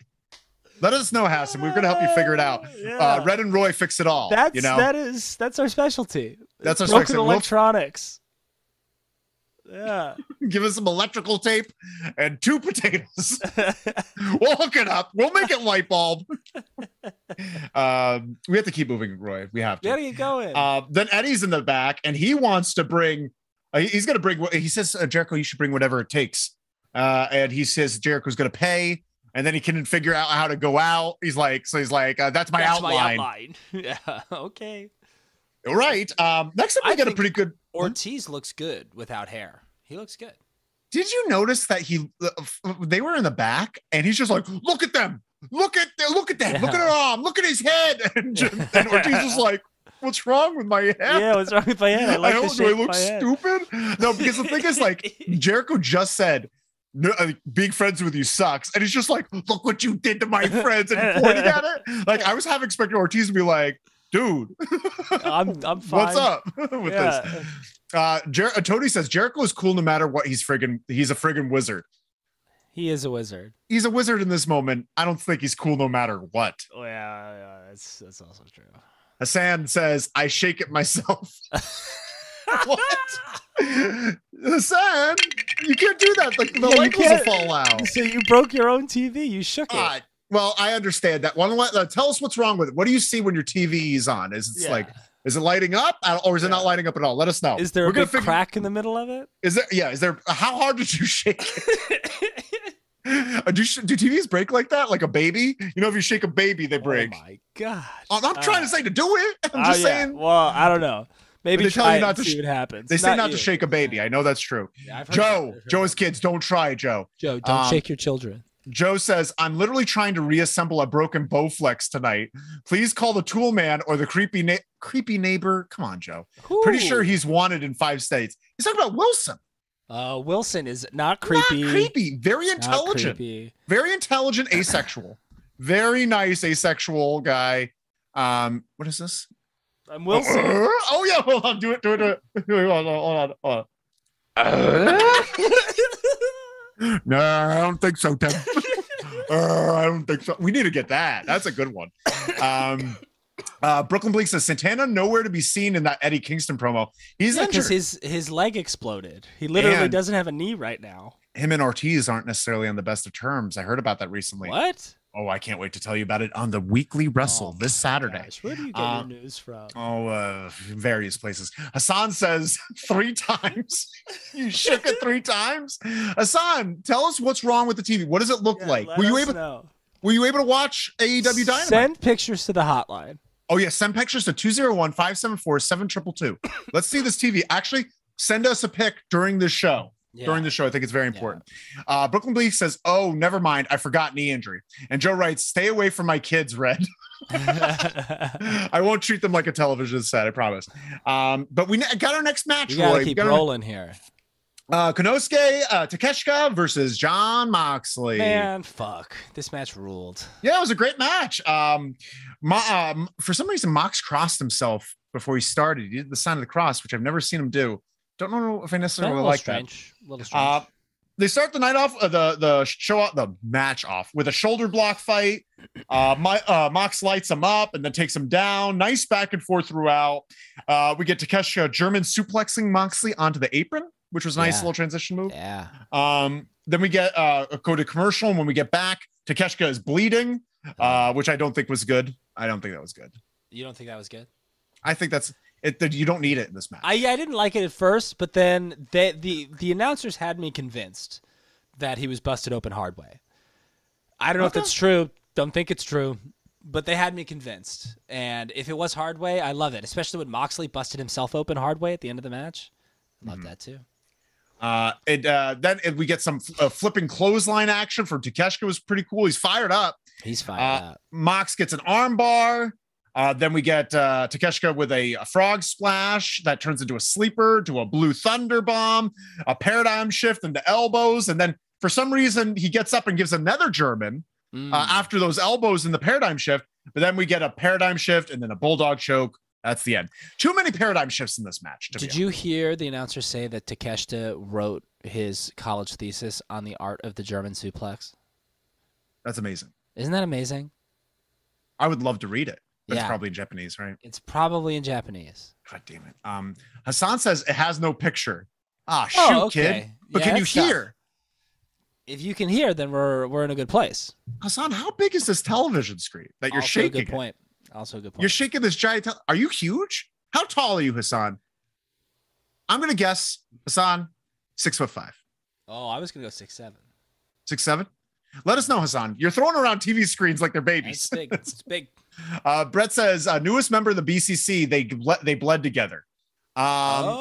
A: Let us know, Hassan. We're going to help you figure it out. Uh,
B: Yeah.
A: Red and Roy fix it all.
B: That's
A: you know,
B: that is that's our specialty.
A: That's our
B: Broken
A: specialty. We'll-
B: electronics. Yeah.
A: give us some electrical tape and two potatoes. we'll hook it up. We'll make it light bulb. um, we have to keep moving, Roy. We have to.
B: There you going.
A: Uh, then Eddie's in the back, and he wants to bring. Uh, he- he's going to bring. what- He says, uh, "Jericho, you should bring whatever it takes." Uh, and he says Jericho's going to pay, and then he can figure out how to go out. He's like, so he's like, uh, "That's my
B: that's
A: outline."
B: my outline. yeah. Okay.
A: Right. Um, next up,
B: I
A: we get a
B: think-
A: pretty good.
B: Ortiz looks good without hair. He looks good.
A: Did you notice that he? Uh, f- they were in the back, and he's just like, "Look at them! Look at the, look at that! Look at her arm! Look at his head!" And, Jim- and Ortiz is like, "What's wrong with my head?"
B: Yeah, what's wrong with my head? I like the
A: hope-
B: shape
A: do I
B: of
A: look
B: my head.
A: stupid? No, because the thing is, like, Jericho just said, no, uh, being friends with you sucks. And he's just like, look what you did to my friends and pointing at it. Like, I was half expecting Ortiz to be like, dude,
B: I'm I'm fine.
A: what's up with this?
B: Yeah.
A: Uh, Jer- uh, Tony says, Jericho is cool no matter what. He's friggin', he's a friggin' wizard.
B: He is a wizard.
A: He's a wizard in this moment. I don't think he's cool no matter what.
B: Oh, yeah, yeah, that's that's also true.
A: Hassan says, I shake it myself. what? Hassan, you can't do that. The, the
B: you
A: light bulbs will
B: can't.
A: fall out.
B: So you broke your own TV. You shook it.
A: God. Well, I understand that. One, let- uh, tell us what's wrong with it. What do you see when your TV is on? Is it
B: Yeah.
A: like, is it lighting up Uh, or is it not lighting up at all? Let us know.
B: Is there a
A: gonna
B: big crack in the middle of it?
A: Is there? Yeah. Is there? How hard did you shake it? Uh, do, sh- do TVs break like that? Like a baby? You know, if you shake a baby, they break.
B: Oh my god! Ah,
A: I'm not trying to say to do it. I'm just saying.
B: Uh, Well, I don't know. Maybe
A: they tell you
B: try it
A: not
B: and
A: to
B: see
A: sh-
B: what happens.
A: They say not, to shake a baby. I know that's true. Joe, Joe's kids, don't try, Joe.
B: Joe, don't
A: don't um,
B: shake
A: shake
B: your children.
A: Joe says, I'm literally trying to reassemble a broken Bowflex tonight. Please call the tool man or the creepy na- creepy neighbor. Come on, Joe. Pretty sure he's wanted in five states. He's talking about Wilson.
B: Uh, Wilson is not
A: Not
B: creepy.
A: creepy. Very
B: not
A: intelligent.
B: creepy.
A: Very intelligent, asexual. Very nice asexual guy. Um, what is this?
B: I'm
A: Oh,
B: Wilson.
A: uh, oh, yeah, hold on, do it, do it, do it. Hold on, hold on, hold
C: Uh,
A: on. No, I don't think so, Tim. Uh, I don't think so. We need to get that. That's a good one. Um, uh, Brooklyn Bleak says Santana nowhere to be seen in that Eddie Kingston promo. He's
B: Yeah,
A: injured.
B: his his leg exploded. He literally
A: And-
B: doesn't have a knee right now.
A: Him and Ortiz aren't necessarily on the best of terms. I heard about that recently.
B: What?
A: Oh, I can't wait to tell you about it on the weekly wrestle
B: Oh,
A: this Saturday.
B: Gosh, where do you get
A: Uh,
B: your news from?
A: Oh, uh, various places. Hassan says three times. you shook it three times. Hassan, tell us what's wrong with the TV. What does it look
B: Yeah,
A: like?
B: let
A: Were you
B: us
A: able?
B: Know.
A: Were you able to watch AEW Dynamite?
B: Send pictures to the hotline.
A: Oh yeah, send pictures to 201-574-7222. Let's see this TV. Actually, send us a pic during the show. during the show. I think it's very important. Uh, Brooklyn Bleak says, "Oh, never mind. I forgot knee injury." And Joe writes, "Stay away from my kids, Red.
B: the
A: I won't treat them like a television set. I promise." Um, but we ne- got our next match.
B: You gotta
A: Roy.
B: keep
A: Got our-
B: rolling here.
A: Uh, Konosuke uh, Takeshka versus John Moxley.
B: Man, fuck. This match ruled.
A: Yeah, it was a great match. Um, Mo- um, for some reason, Mox crossed himself before he started. He did the sign of the cross, which I've never seen him do. Don't know if I
B: a
A: necessarily
B: little
A: like that.
B: strange. Little strange.
A: Uh, they start the night off, uh, the the show off, the match off with a shoulder block fight. Uh, my uh, Mox lights him up and then takes him down. Nice back and forth throughout. Uh, we get Takeshka German suplexing Moxley onto the apron, which was a nice
B: Yeah.
A: little transition move.
B: yeah.
A: Um, then we get uh, a coded commercial, and when we get back, Takeshka is bleeding,
B: Uh-huh.
A: uh, which I don't think was good. I don't think that was good.
B: You don't think that was good?
A: I think that's it. That you don't need it in this match.
B: I I didn't like it at first, but then they, the the announcers had me convinced that he was busted open hard way. I don't know
A: Okay.
B: if that's true. Don't think it's true, but they had me convinced. And if it was hard way, I love it, especially when Moxley busted himself open hard way at the end of the match. Love
A: Mm-hmm.
B: that too.
A: Uh, and uh, then and we get some fl- uh, flipping clothesline action from Takeshka was pretty cool. He's fired up.
B: He's fired
A: Uh,
B: up.
A: Mox gets an armbar. Uh, then we get uh, Takeshka with a, a frog splash that turns into a sleeper to a blue thunder bomb, a paradigm shift into elbows, and then for some reason he gets up and gives another German
B: Mm.
A: uh, after those elbows in the paradigm shift. But then we get a paradigm shift and then a bulldog choke. That's the end. Too many paradigm shifts in this match. To
B: Did
A: be
B: you hear the announcer say that Takeshita wrote his college thesis on the art of the German suplex?
A: That's amazing.
B: Isn't that amazing?
A: I would love to read it. But It's
B: Yeah.
A: probably in Japanese, right?
B: It's probably in Japanese.
A: God damn it. Um, Hassan says it has no picture. Ah, shoot,
B: Oh,
A: kid.
B: okay.
A: But
B: Yeah,
A: can you
B: that's tough.
A: hear?
B: If you can hear, then we're we're in a good place.
A: Hassan, how big is this television screen that you're
B: also
A: shaking?
B: A
A: it?
B: good point. Also a good point.
A: You're shaking this giant. Tel- are you huge? How tall are you, Hassan? I'm gonna guess Hassan, six foot five,
B: oh, I was gonna go six seven.
A: six seven. Let us know, Hassan. You're throwing around TV screens like they're
B: It's
A: babies.
B: big. It's big.
A: Uh, Brett says uh, newest member of the BCC. They ble- they bled together. Um,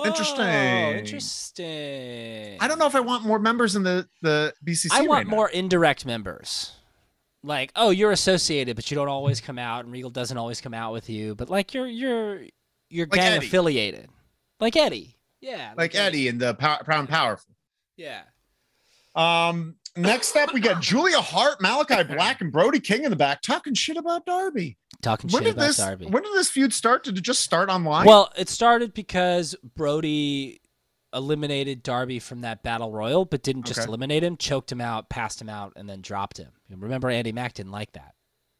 B: oh,
A: interesting.
B: Interesting.
A: I don't know if I want more members in the the BCC.
B: I
A: right
B: want
A: now.
B: more indirect members. Like, oh, you're associated, but you don't always come out, and Regal doesn't always come out with you. But like, you're you're you're
A: Like
B: gang
A: Eddie.
B: affiliated, like Eddie. Yeah,
A: like Eddie and the pow- Proud and Powerful.
B: Yeah.
A: Um, next up, we got Julia Hart, Malachi Black, and Brody King in the back talking shit about Darby.
B: Talking
A: When
B: shit
A: did
B: about
A: this?
B: Darby.
A: When did this feud start? Did it just start online?
B: Well, it started because Brody eliminated Darby from that battle royal, but didn't just
A: Okay.
B: eliminate him, choked him out, passed him out, and then dropped him. And Remember, Andy Mack didn't like that.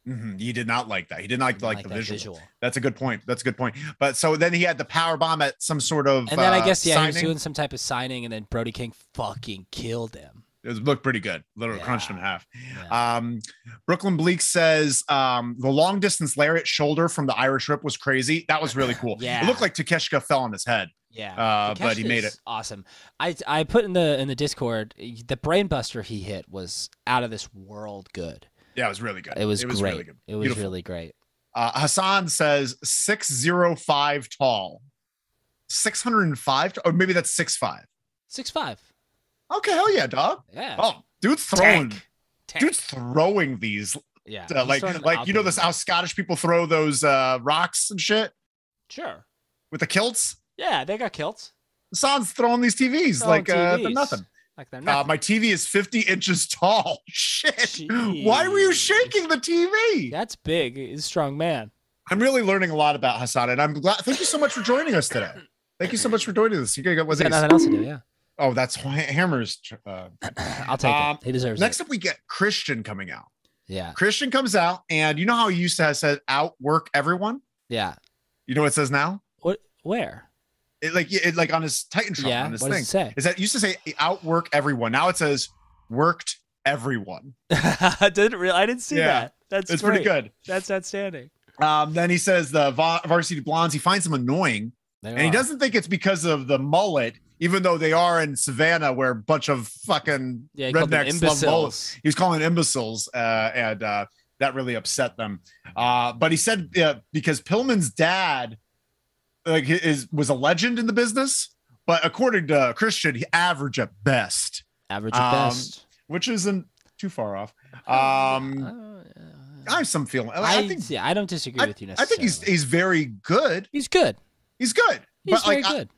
A: Mhm, he did not like that. He did not like,
B: Didn't
A: the
B: that
A: visual. That's a good point. That's a good point. But so then he had the power bomb at some sort of.
B: And then
A: uh,
B: I guess yeah, he was
A: signing.
B: doing some type of signing, and then Brody King fucking killed him.
A: It was- looked pretty good. Literally crunched him in
B: Yeah.
A: half.
B: Yeah.
A: Um, Brooklyn Bleak says um, the long distance lariat shoulder from the Irish Rip was crazy. That was really cool.
B: Yeah.
A: It looked like Takeshka fell on his head.
B: yeah.
A: uh, but he
B: Takeshita's
A: made it.
B: awesome. I I put in the in the Discord the brainbuster he hit was out of this world good.
A: Yeah, it was really good.
B: It was, great.
A: really good.
B: It was
A: Beautiful.
B: really great.
A: Uh, Hassan says 605 tall. 605? Or maybe that's six five.
B: Six five.
A: Okay, hell yeah, dog.
B: Yeah.
A: Oh, dude's throwing.
B: Tank. Tank.
A: Dude's throwing these.
B: yeah.
A: uh,
B: he's
A: like,
B: throwing 'em
A: like
B: out
A: you know
B: there.
A: this how Scottish people throw those uh, rocks and shit
B: Sure.
A: with the kilts?
B: Yeah, they got kilts.
A: Hassan's throwing these TVs
B: They're on
A: like Uh, they're
B: TVs.
A: nothing.
B: Like they're
A: Uh,
B: not.
A: my TV is 50 inches tall. Shit. Why were you
B: Jeez.
A: shaking the TV?
B: That's big. He's a strong man.
A: I'm really learning a lot about Hassan, and I'm glad. Thank you so much for joining us today. Thank you so much for joining us. You got
B: He's
A: was
B: got nothing else to do. Yeah,
A: Oh, that's why Hammer's. Uh,
B: I'll take
A: Um,
B: it. He deserves
A: next
B: it.
A: up, we get Christian coming out.
B: Yeah,
A: Christian comes out, and you know how he used to have said outwork everyone.
B: yeah.
A: You know what it says now?
B: What? Where?
A: It like it like on his Titantron
B: yeah.
A: on his
B: What
A: thing.
B: does it say?
A: Is that it used to say outwork everyone? Now it says worked everyone.
B: I didn't real. I didn't see
A: Yeah.
B: that. That's
A: It's pretty
B: great.
A: good.
B: That's outstanding.
A: Um, then he says the va- varsity blondes. He finds them annoying. And he doesn't think it's because of the mullet, even though they are in Savannah, where a bunch of fucking
B: Yeah, he called them
A: rednecks love mullets.
B: imbeciles.
A: He was calling them imbeciles, uh, and uh, that really upset them. Uh, but he said uh, because Pillman's dad, like his, was a legend in the business. But according to Christian, he average at best,
B: Average at
A: Um,
B: best.
A: which isn't too far off. Um,
B: Uh,
A: I have some feeling. I,
B: I,
A: think
B: yeah, I don't disagree
A: I,
B: with you
A: I
B: necessarily.
A: think he's he's very good.
B: he's good.
A: He's good.
B: He's
A: but
B: very
A: like I-
B: good.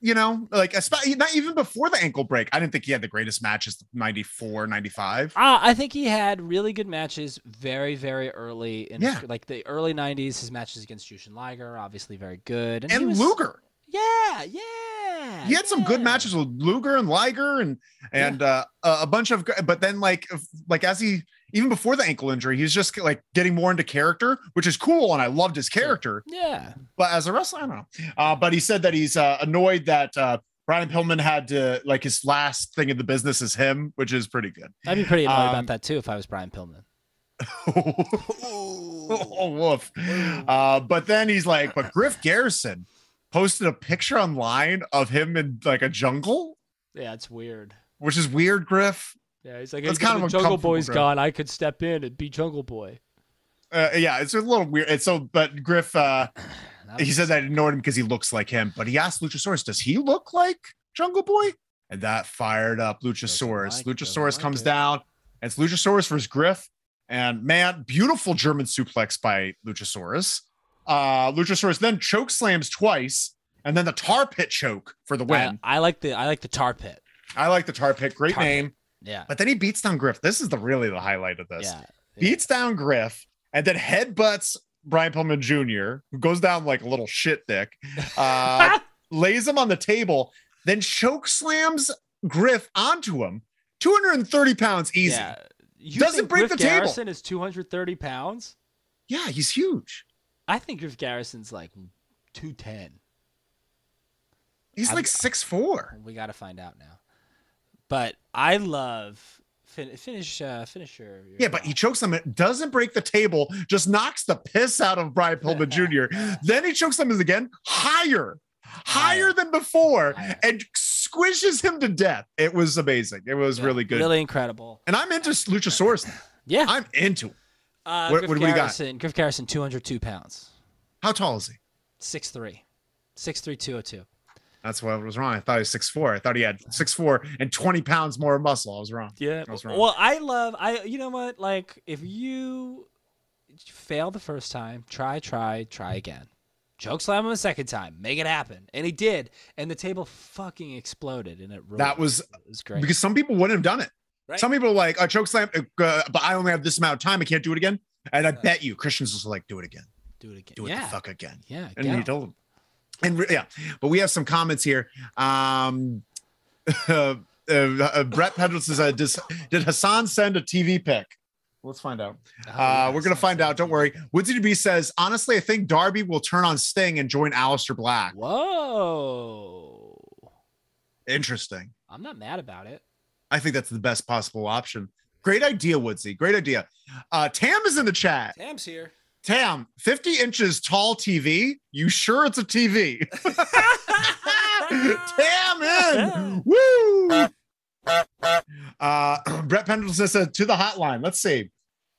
A: you know, like especially not even before the ankle break. I didn't think he had the greatest matches 94, 95.
B: Uh, I think he had really good matches very, very early in his-
A: Yeah.
B: like the early '90s. His matches against Jushin Liger, obviously very good, he
A: And
B: was-
A: Luger.
B: Yeah, yeah.
A: he had some good
B: yeah.
A: matches with Luger and Liger and and uh, a a bunch of but then like if- like as he even before the ankle injury he's just like getting more into character which is cool and I loved his character
B: Yeah,
A: but as a wrestler I don't know uh, but he said that he's uh, annoyed that uh, Brian Pillman had to like his last thing in the business is him which is pretty good
B: I'd be pretty annoyed
A: Um,
B: about that too if I was Brian Pillman.
A: oh woof uh, but then he's like but Griff Garrison posted a picture online of him in like a jungle
B: Yeah, it's weird.
A: which is weird Griff
B: Yeah, he's like,
A: That's "Hey, kind when of Jungle uncomfortable, Boy's bro.
B: gone. I could step in and be Jungle Boy.
A: uh, yeah, it's a little weird. And so, but Griff, uh, he says I ignored him because he looks like him. But he asked Luchasaurus, "Does he look like Jungle Boy?" And that fired up Luchasaurus.
B: Doesn't like it, doesn't
A: Luchasaurus
B: like
A: comes
B: it.
A: down. And it's Luchasaurus versus Griff. And man, beautiful German suplex by Luchasaurus. Uh, Luchasaurus then choke slams twice, and then the tar pit choke for the win.
B: I, I like the I like the tar pit.
A: I like the tar pit. Great
B: Tar pit.
A: name.
B: Yeah,
A: But then he beats down Griff. This is the really the highlight of this
B: yeah.
A: beats down Griff and then headbutts Brian Pillman Jr., who goes down like a little shit dick, uh, lays him on the table, then choke slams Griff onto him. 230 pounds easy. Yeah,
B: Yeah. You
A: Doesn't
B: think
A: break
B: Griff
A: the table.
B: Garrison is 230 pounds.
A: he's huge.
B: I think Griff Garrison's like 210.
A: He's
B: I'm-
A: like six four.
B: We got to find out now. But I love fin- finish uh, finish your, your
A: Yeah, but he chokes him, it doesn't break the table, just knocks the piss out of Brian Pillman Jr. Then he chokes him again higher, higher
B: Higher.
A: than before,
B: Higher.
A: and squishes him to death. It was amazing. It was
B: Yeah,
A: really good.
B: really incredible.
A: And I'm into Luchasaurus.
B: Yeah,
A: I'm into it.
B: uh,
A: what-
B: Griff
A: what do we got?
B: Garrison, Griff Garrison, 202 pounds,
A: How tall is he?
B: 6'3", 6'3", 202.
A: That's what was wrong. I thought he was six four. I thought he had six four and twenty pounds more muscle. I was wrong.
B: Yeah.
A: That's right.
B: Well, I love I you know what? Like if you fail the first time, try, try, try again. Choke slam him a second time. Make it happen. And he did. And the table fucking exploded and it rolled.
A: That was-
B: it was great.
A: Because some people wouldn't have done it.
B: Right.
A: Some people are like a choke slam, uh, but I only have this amount of time. I can't do it again. And I bet you Christians was like, do it again,
B: do it again.
A: do it
B: yeah.
A: the fuck again.
B: Yeah.
A: And
B: go.
A: he told him. And re- yeah, but we have some comments here. Um, uh, uh, uh, Brett Pedro says, uh, does, "Did Hassan send a TV pic?" Let's find out.
B: Oh, yeah,
A: Uh, we're gonna
B: so-
A: find out. Don't worry. Woodsy DB says, honestly, I think Darby will turn on Sting and join Aleister Black.
B: Whoa.
A: Interesting.
B: I'm not mad about it.
A: I think that's the best possible option. Great idea, Woodsy. Great idea. Uh, Tam is in the chat.
B: Tam's here.
A: Tam, 50 inches tall TV. You sure it's a TV? Tam in. Woo! Uh, Brett Pendleton says to the hotline. Let's see.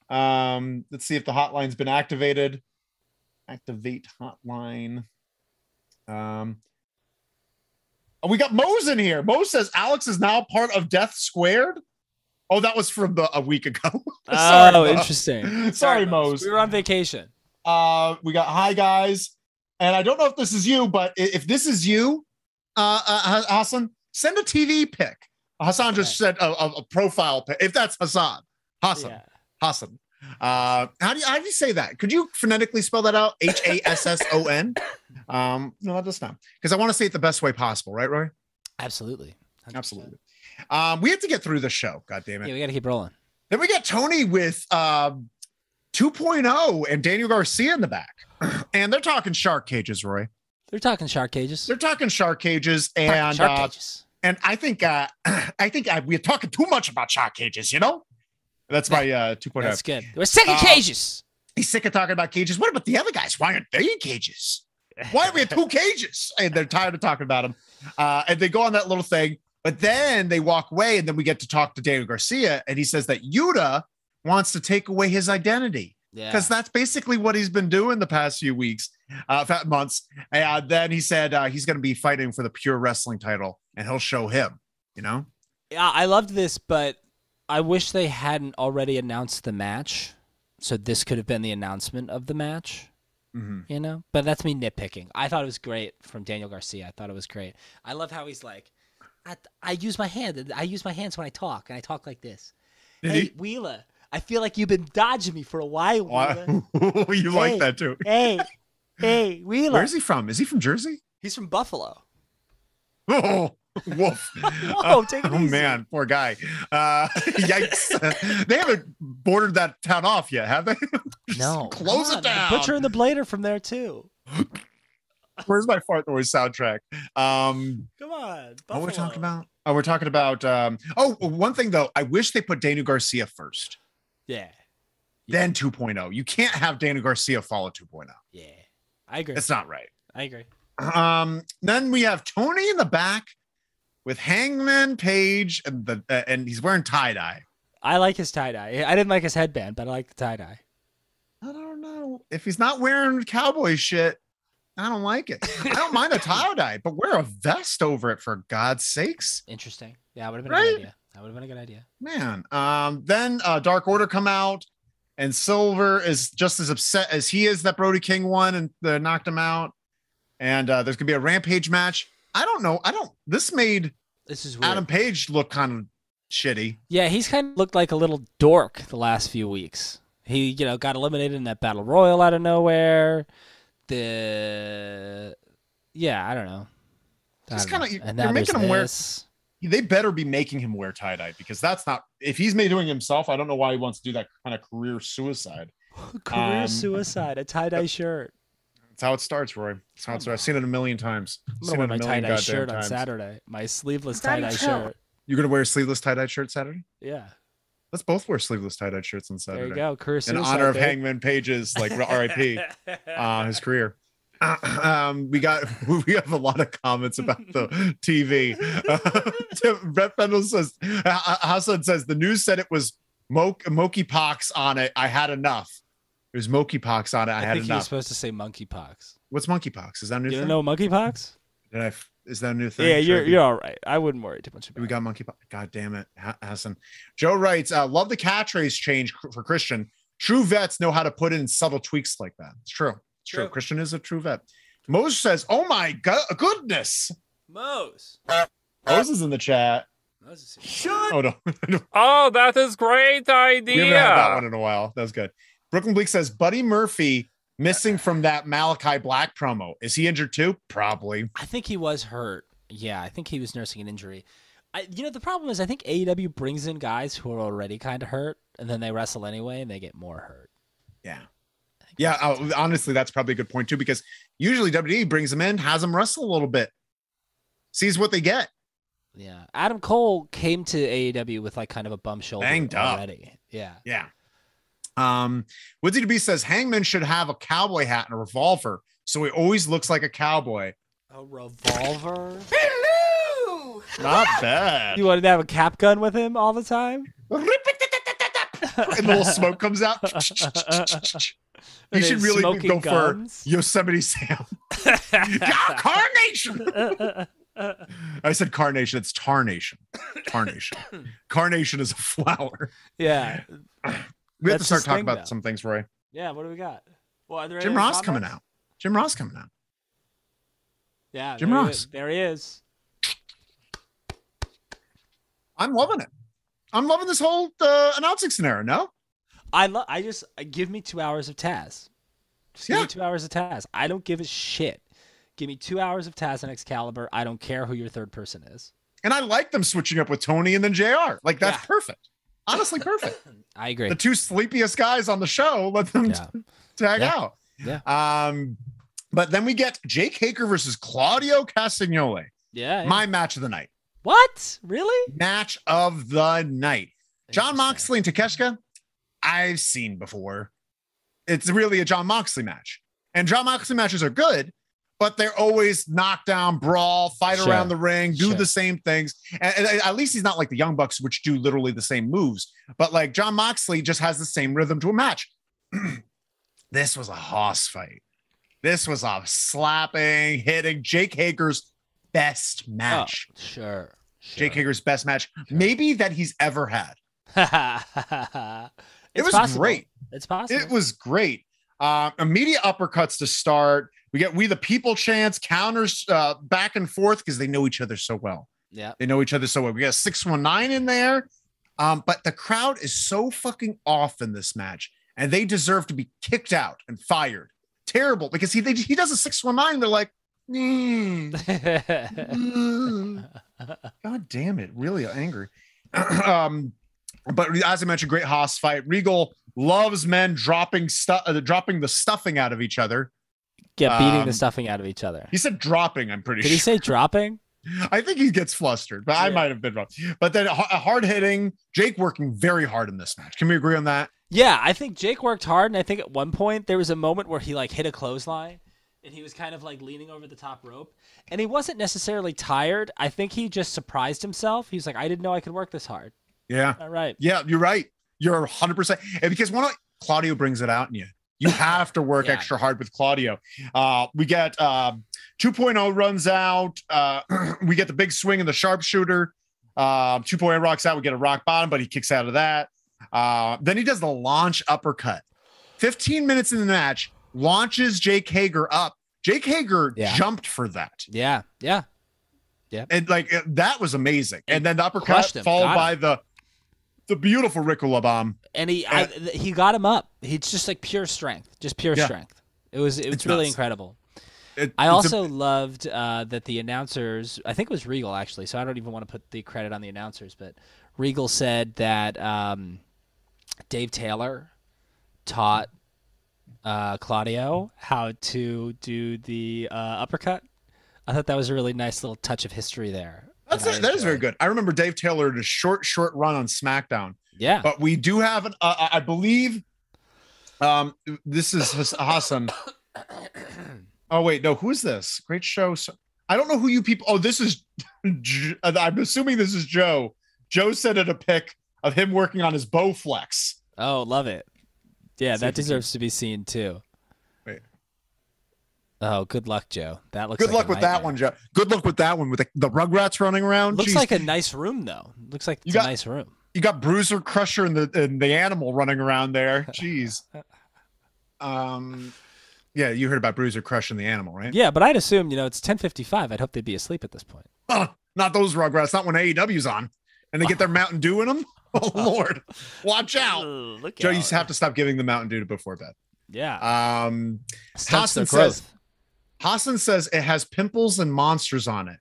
A: Um, let's see if the hotline's been activated. Activate hotline. Um, oh, we got Moe's in here. Moe says Alex is now part of Death Squared. Oh, that was from the, a week ago. Sorry,
B: oh,
A: Mo.
B: interesting.
A: Sorry, Mose.
B: We were on vacation.
A: Uh, we got hi guys, and I don't know if this is you, but i- if this is you, uh, uh Ha- Hassan, send a TV pic. Hassan just said a, a, a profile pic. If that's Hassan, Hassan,
B: Yeah.
A: Hassan. Uh, how do you how do you say that? Could you phonetically spell that out? H A S S O N. Um, no, that does not because I want to say it the best way possible, right, Roy?
B: Absolutely. 100%.
A: Absolutely. Um, we have to get through the show. God damn it.
B: Yeah, we gotta keep rolling.
A: Then we got Tony with um, 2.0 and Daniel Garcia in the back. And they're talking shark cages, Roy.
B: They're talking shark cages.
A: They're talking shark cages,
B: Fucking
A: and
B: shark
A: uh,
B: cages.
A: and I think uh, I think uh, we're talking too much about shark cages. You know, that's my uh, 2.0.
B: That's good. We're sick of
A: Uh,
B: cages.
A: He's sick of talking about cages. What about the other guys? Why aren't they in cages? Why are we in two cages? And they're tired of talking about them. Uh, and they go on that little thing, but then they walk away, and then we get to talk to Daniel Garcia, and he says that Yuta wants to take away his identity.
B: Yeah.
A: because that's basically what he's been doing the past few weeks, uh, fa- months. And then he said uh, he's going to be fighting for the pure wrestling title, and he'll show him. You know,
B: Yeah, I loved this, but I wish they hadn't already announced the match. So this could have been the announcement of the match,
A: Mhm.
B: you know? But that's me nitpicking. I thought it was great from Daniel Garcia. I thought it was great. I love how he's like, I, I use my hand. I use my hands when I talk, and I talk like this.
A: Did
B: hey,
A: he?
B: Wheeler, I feel like you've been dodging me for a while, Wheeler.
A: you
B: Hey.
A: like that too.
B: hey, hey, Wheeler.
A: Where's he from? Is he from Jersey?
B: He's from Buffalo.
A: Oh, woof.
B: Whoa, take it
A: oh
B: easy.
A: man, poor guy. Uh, yikes! they haven't bordered that town off yet, have they? Just
B: No.
A: close
B: Come
A: it
B: on,
A: down.
B: The Butcher and the Blader from there, too.
A: Where's my fart noise soundtrack? Um,
B: Come on. Buffalo.
A: what we're talking about? Oh, we're talking about. Um, oh, one thing though. I wish they put Danu Garcia first,
B: Yeah.
A: then 2.0. oh. You can't have Danu Garcia follow 2.0.
B: Yeah, I agree.
A: That's not right.
B: I agree.
A: Um, then we have Tony in the back with Hangman Page, and the uh, and he's wearing tie dye.
B: I like his tie dye. I didn't like his headband, but I like the tie dye.
A: I don't know. If he's not wearing cowboy shit, I don't like it. I don't mind a tie dye, but wear a vest over it for God's sakes,
B: Interesting. Yeah, would have been a
A: Right?
B: good idea. That would have been a good idea.
A: man. Um, then uh, Dark Order come out, and Silver is just as upset as he is that Brody King won and uh, knocked him out. And uh, there's gonna be a rampage match. I don't know. I don't. This made
B: This is weird.
A: Adam Page look kind of shitty.
B: yeah, he's kind of looked like a little dork the last few weeks. He, you know, got eliminated in that battle royal out of nowhere. The yeah, I don't know. I
A: Just
B: don't know.
A: kinda- you-
B: And
A: they're
B: now
A: making
B: there's
A: him wear-
B: this.
A: They better be making him wear tie dye because that's not. If he's made doing it himself, I don't know why he wants to do that kind of career suicide.
B: career
A: um,
B: suicide. A tie dye shirt.
A: That's how it starts, Roy. That's how it starts. I've seen it a million times.
B: I'm
A: Seen
B: gonna
A: it
B: wear
A: a
B: my tie
A: million
B: dye
A: goddamn
B: shirt on
A: times.
B: Saturday. My sleeveless tie
E: Daddy,
B: dye
E: chill.
B: shirt.
A: You're gonna wear a sleeveless tie-dye shirt Saturday?
B: Yeah,
A: Let's both wear sleeveless tie-dye shirts on
B: there
A: Saturday.
B: you go. Career
A: In
B: suicide.
A: honor of
B: baby.
A: Hangman Page's like R.I.P. uh, his career. um, we got we have a lot of comments about the TV. Uh, Tim- Brett Fendel says uh, uh, Hassan says the news said it was moke mokey pox on it. I had enough. It was mokey pox on it. I,
B: I
A: had
B: think he was
A: enough.
B: supposed to say monkeypox.
A: What's monkey pox? Is that a new
B: You
A: thing?
B: don't know monkeypox?
A: Did I f- is that a new thing?
B: Yeah,
A: Should I
B: you're
A: be-
B: you're all right. I wouldn't worry too much about.
A: We
B: it.
A: got monkey. po- God damn it, Ha- Hassan. Joe writes, uh, "Love the catchphrase change cr- for Christian. True vets know how to put in subtle tweaks like that. It's true. It's true.
B: True.
A: Christian is a true vet." Mose says, "Oh my go- goodness."
B: Mose.
A: Mose is in the chat.
B: Mose is
A: Oh no,
F: Oh, that is great
A: we haven't had that
F: idea.
A: one in a while. That was good. Brooklyn Bleak says, "Buddy Murphy missing from that Malachi Black promo. Is he injured too? Probably.
B: I think he was hurt. Yeah, I think he was nursing an injury. I, you know, the problem is I think AEW brings in guys who are already kind of hurt, and then they wrestle anyway, and they get more hurt.
A: Yeah."
B: I think
A: Yeah,
B: that's
A: uh,
B: what's-
A: honestly, that's probably a good point too, because usually WWE brings them in, has them wrestle a little bit, sees what they get.
B: yeah. Adam Cole came to AEW with like kind of a bum shoulder
A: Banged up.
B: already. Yeah,
A: Yeah. Um, Woodsy to be says Hangman should have a cowboy hat and a revolver, so he always looks like a cowboy.
B: a revolver.
E: Hello!
A: Not bad.
B: you wanted to have a cap gun with him all the time?
A: and the little smoke comes out.
B: Are
A: you
B: they
A: should really
B: smoking
A: go
B: guns?
A: for Yosemite Sam. Yeah, carnation. I said carnation. It's tarnation. Tarnation. carnation is a flower.
B: yeah.
A: We have
B: That's
A: to start
B: his
A: talking
B: thing,
A: about
B: though.
A: some things, Roy.
B: Yeah, what do we got? Well, are there
A: Jim
B: any
A: Ross
B: comments?
A: coming out. Jim Ross coming out.
B: Yeah,
A: Jim
B: there he
A: Ross.
B: is- there he is.
A: I'm loving it. I'm loving this whole uh, announcing scenario. No,
B: I love. I just I- give me two hours of Taz. Just give me
A: Yeah.
B: two hours of Taz. I don't give a shit. Give me two hours of Taz and Excalibur. I don't care who your third person is.
A: and I like them switching up with Tony and then Jr. Like that's
B: Yeah.
A: perfect. Honestly, perfect.
B: I agree.
A: the two sleepiest guys on the show. Let them
B: Yeah.
A: tag
B: Yeah.
A: out.
B: Yeah.
A: Um, but then we get Jake Hager versus Claudio Castagnoli.
B: yeah.
A: My match of the night.
B: what? Really?
A: Match of the night. John
B: Interesting.
A: Moxley and Takeshka, I've seen before. It's really a John Moxley match. And John Moxley matches are good, but they're always knockdown, brawl, fight
B: Sure.
A: around the ring, do
B: Sure.
A: the same things. And, and at least he's not like the Young Bucks, which do literally the same moves. But like John Moxley just has the same rhythm to a match. this was a hoss fight. This was a slapping, hitting Jake Hager's best match.
B: Oh, Sure.
A: Jake Hager's best match, maybe that he's ever had.
B: it
A: was great.
B: It's possible.
A: It was great. Uh, immediate uppercuts to start. We get we the people chance counters uh, back and forth because they know each other so well.
B: yeah.
A: They know each other so well. We got 619 in there. Um, but the crowd is so fucking off in this match, and they deserve to be kicked out and fired. Terrible because he they, he does a 619. They're like, "Mm, mm." God damn it, really angry. um, but as I mentioned, great Haas fight. Regal loves men dropping stuff, uh, dropping the stuffing out of each other.
B: Get beating
A: Um,
B: the stuffing out of each other.
A: He said dropping. I'm pretty
B: Did
A: sure.
B: he say dropping?
A: I think he gets flustered, but I
B: Yeah.
A: might have been wrong. But then a hard hitting Jake working very hard in this match. Can we agree on that?
B: Yeah, I think Jake worked hard, and I think at one point there was a moment where he like hit a clothesline, and he was kind of like leaning over the top rope, and he wasn't necessarily tired. I think he just surprised himself. He was like, "I didn't know I could work this hard."
A: Yeah.
B: All right.
A: Yeah, you're right. You're 100. percent And because one, of- Claudio brings it out in you. You have to work
B: Yeah.
A: extra hard with Claudio. Uh, we get um, 2.0 runs out. Uh, we get the big swing and the sharpshooter. Uh, 2.0 rocks out. We get a rock bottom, but he kicks out of that. Uh, then he does the launch uppercut. 15 minutes in the match, launches Jake Hager up. Jake Hager
B: Yeah.
A: jumped for that.
B: Yeah. Yeah.
A: And like it- that was amazing. And then the uppercut
B: Crushed him, got
A: followed
B: him.
A: by the the beautiful Ricola bomb.
B: and he
A: Uh,
B: I, th- he got him up. He's just like pure strength, just pure
A: Yeah.
B: strength. It was it was
A: It's
B: really
A: nuts.
B: incredible.
A: It-
B: I
A: it's a-
B: also loved uh, that the announcers. I think it was Regal actually, so I don't even want to put the credit on the announcers, but Regal said that um, Dave Taylor taught uh, Claudio how to do the uh, uppercut. I thought that was a really nice little touch of history there.
A: That's
B: that I
A: that is very
B: enjoyed.
A: good. I remember Dave Taylor in a short, short run on SmackDown,
B: Yeah.
A: but we do have an. Uh, I believe, um, this is Hass- Hassan. Oh wait, no, who's this? Great show. So, I don't know who you people. Oh, this is. J- uh, I'm assuming this is Joe. Joe sent in a pic of him working on his bow flex.
B: Oh, love it.
A: See if
B: Yeah,
A: we
B: that
A: can-
B: deserves to be seen too.
A: Wait.
B: Oh, good luck, Joe. That looks
A: Good luck
B: like a
A: with that
B: nightmare.
A: one, Joe. Good luck with that one with the, the Rugrats running around.
B: Looks
A: Jeez.
B: like a nice room though. Looks like
A: You
B: it's
A: got-
B: a nice room.
A: you got Bruiser Crusher and the and the animal running around there. Jeez. Um yeah, you heard about Bruiser Crusher and the animal, right?
B: Yeah, but I'd assume, you know, it's 10:55. I'd hope they'd be asleep at this point.
A: Oh, not those Rugrats, not when AEW's on. And they get their Mountain Dew in them. Oh Lord.
B: Oh,
A: Watch out.
B: look
A: Joe, you have to stop giving the Mountain Dew before bed.
B: Yeah.
A: Um
B: Stunts
A: Hassan
B: their
A: says-
B: growth.
A: Hassan says it has pimples and monsters on it.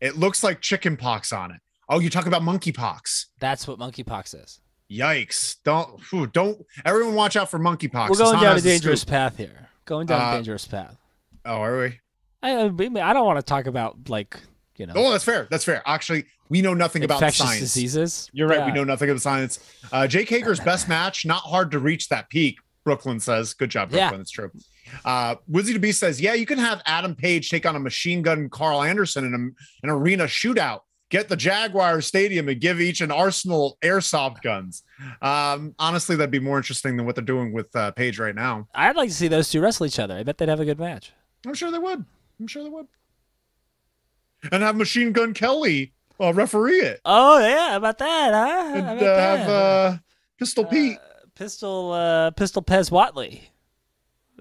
A: It looks like chicken pox on it. Oh, you talk about monkey pox.
B: That's what monkeypox is.
A: Yikes. Don't whew, don't everyone watch out for monkey pox.
B: We're going
A: Hassan
B: down a
A: has the scoop.
B: dangerous path here. Going down
A: Uh,
B: a dangerous path.
A: Oh, are we?
B: I, I mean, I don't want to talk about like, you know,
A: Oh, that's fair. That's fair. Actually, we know nothing about
B: infectious
A: science.
B: diseases.
A: You're right. We
B: Yeah.
A: know nothing of the science. Uh, Jake Hager's best match, not hard to reach that peak. Brooklyn says, "Good job,
B: Yeah.
A: Brooklyn. It's true." Uh, Wizzy to be says, "Yeah, you can have Adam Page take on a machine gun Carl Anderson in a, an arena shootout. Get the Jaguar Stadium and give each an arsenal airsoft guns. Um, honestly, that'd be more interesting than what they're doing with uh, Page right now.
B: I'd like to see those two wrestle each other. I bet they'd have a good match.
A: I'm sure they would. I'm sure they would. And have Machine Gun Kelly uh, referee it."
B: Oh yeah, how about that, huh?
A: and
B: How about
A: uh, have
B: that?
A: uh, Pistol Pete.
B: Pistol uh, Pistol Pez Watley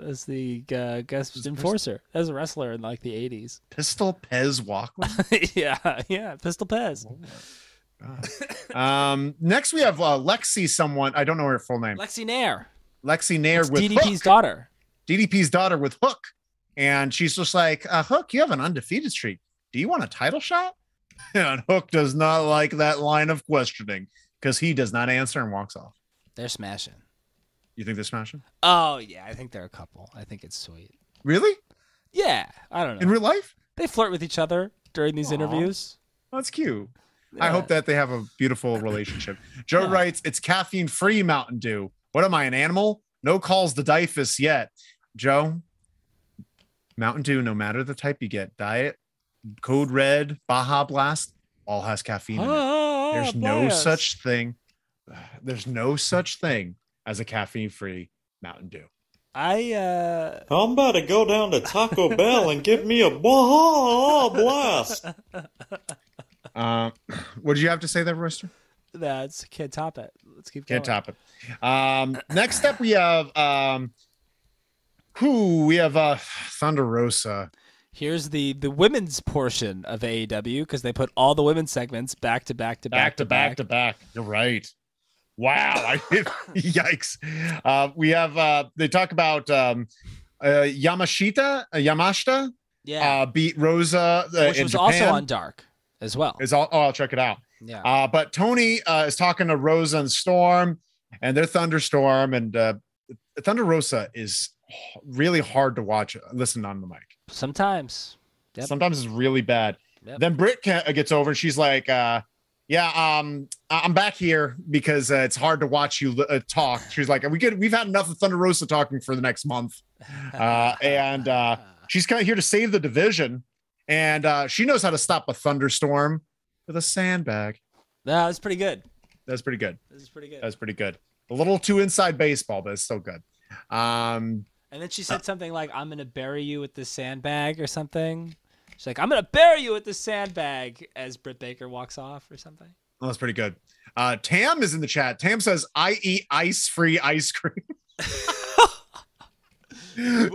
B: as the uh, guest enforcer, as a wrestler in like the eighties.
A: Pistol Pez Walkley.
B: yeah, yeah, Pistol Pez.
A: um, next we have uh, Lexi, someone I don't know her full name.
B: Lexi Nair,
A: Lexi Nair
B: it's
A: with
B: DDP's
A: Hook.
B: daughter.
A: DDP's daughter with Hook, and she's just like, uh, "Hook, you have an undefeated streak. Do you want a title shot?" And Hook does not like that line of questioning because he does not answer and walks off.
B: They're smashing.
A: You think they're smashing?
B: Oh yeah, I think they're a couple. I think it's sweet.
A: Really?
B: Yeah, I don't know.
A: In real life?
B: they flirt with each other during these interviews.
A: That's cute. I hope that they have a beautiful relationship. Joe writes, it's caffeine free Mountain Dew. What am I, an animal? No calls the dyphus yet. Joe, Mountain Dew, no matter the type you get, diet, code red, Baja Blast, all has caffeine in it.
B: Oh,
A: There's no
B: blast.
A: such thing. There's no such thing as a caffeine free Mountain Dew.
B: I uh
G: I'm about to go down to Taco Bell and get me a Baja Blast.
A: Um, what did you have to say there, Rooster?
B: that's can't top it. Let's keep going.
A: Can't top it. Um, next up, we have um, who we have uh, Thunder Rosa.
B: Here's the the women's portion of AEW because they put all the women's segments back to back to
A: back
B: back,
A: to back to back. You're right. Wow. I, yikes. Uh, we have uh, they talk about um, uh, Yamashita uh, Yamashita
B: Yeah,
A: uh, beat Rosa uh,
B: which
A: in
B: was
A: Japan.
B: also on Dark as well.
A: It's all, oh, I'll check it out.
B: yeah,
A: Uh, but Tony uh, is talking to Rosa and Storm, and their thunderstorm and uh, Thunder Rosa is really hard to watch. Listen on the mic.
B: sometimes. Yep.
A: Sometimes it's really bad.
B: Yep.
A: Then Britt ca- gets over and she's like, uh, "Yeah, um, I- I'm back here because uh, it's hard to watch you uh, talk." She's like, "We good? We've had enough of Thunder Rosa talking for the next month." Uh, and uh, she's kind of here to save the division, and uh, she knows how to stop a thunderstorm with a sandbag.
B: that was pretty good.
A: That's pretty good.
B: This is pretty good.
A: That's pretty good. A little too inside baseball, but it's still good. Um,
B: And then she said something like, "I'm gonna bury you with this sandbag" or something. She's like, "I'm gonna bury you with this sandbag" as Britt Baker walks off or something.
A: well, that's pretty good. Uh, Tam is in the chat. Tam says, "I eat ice-free ice cream."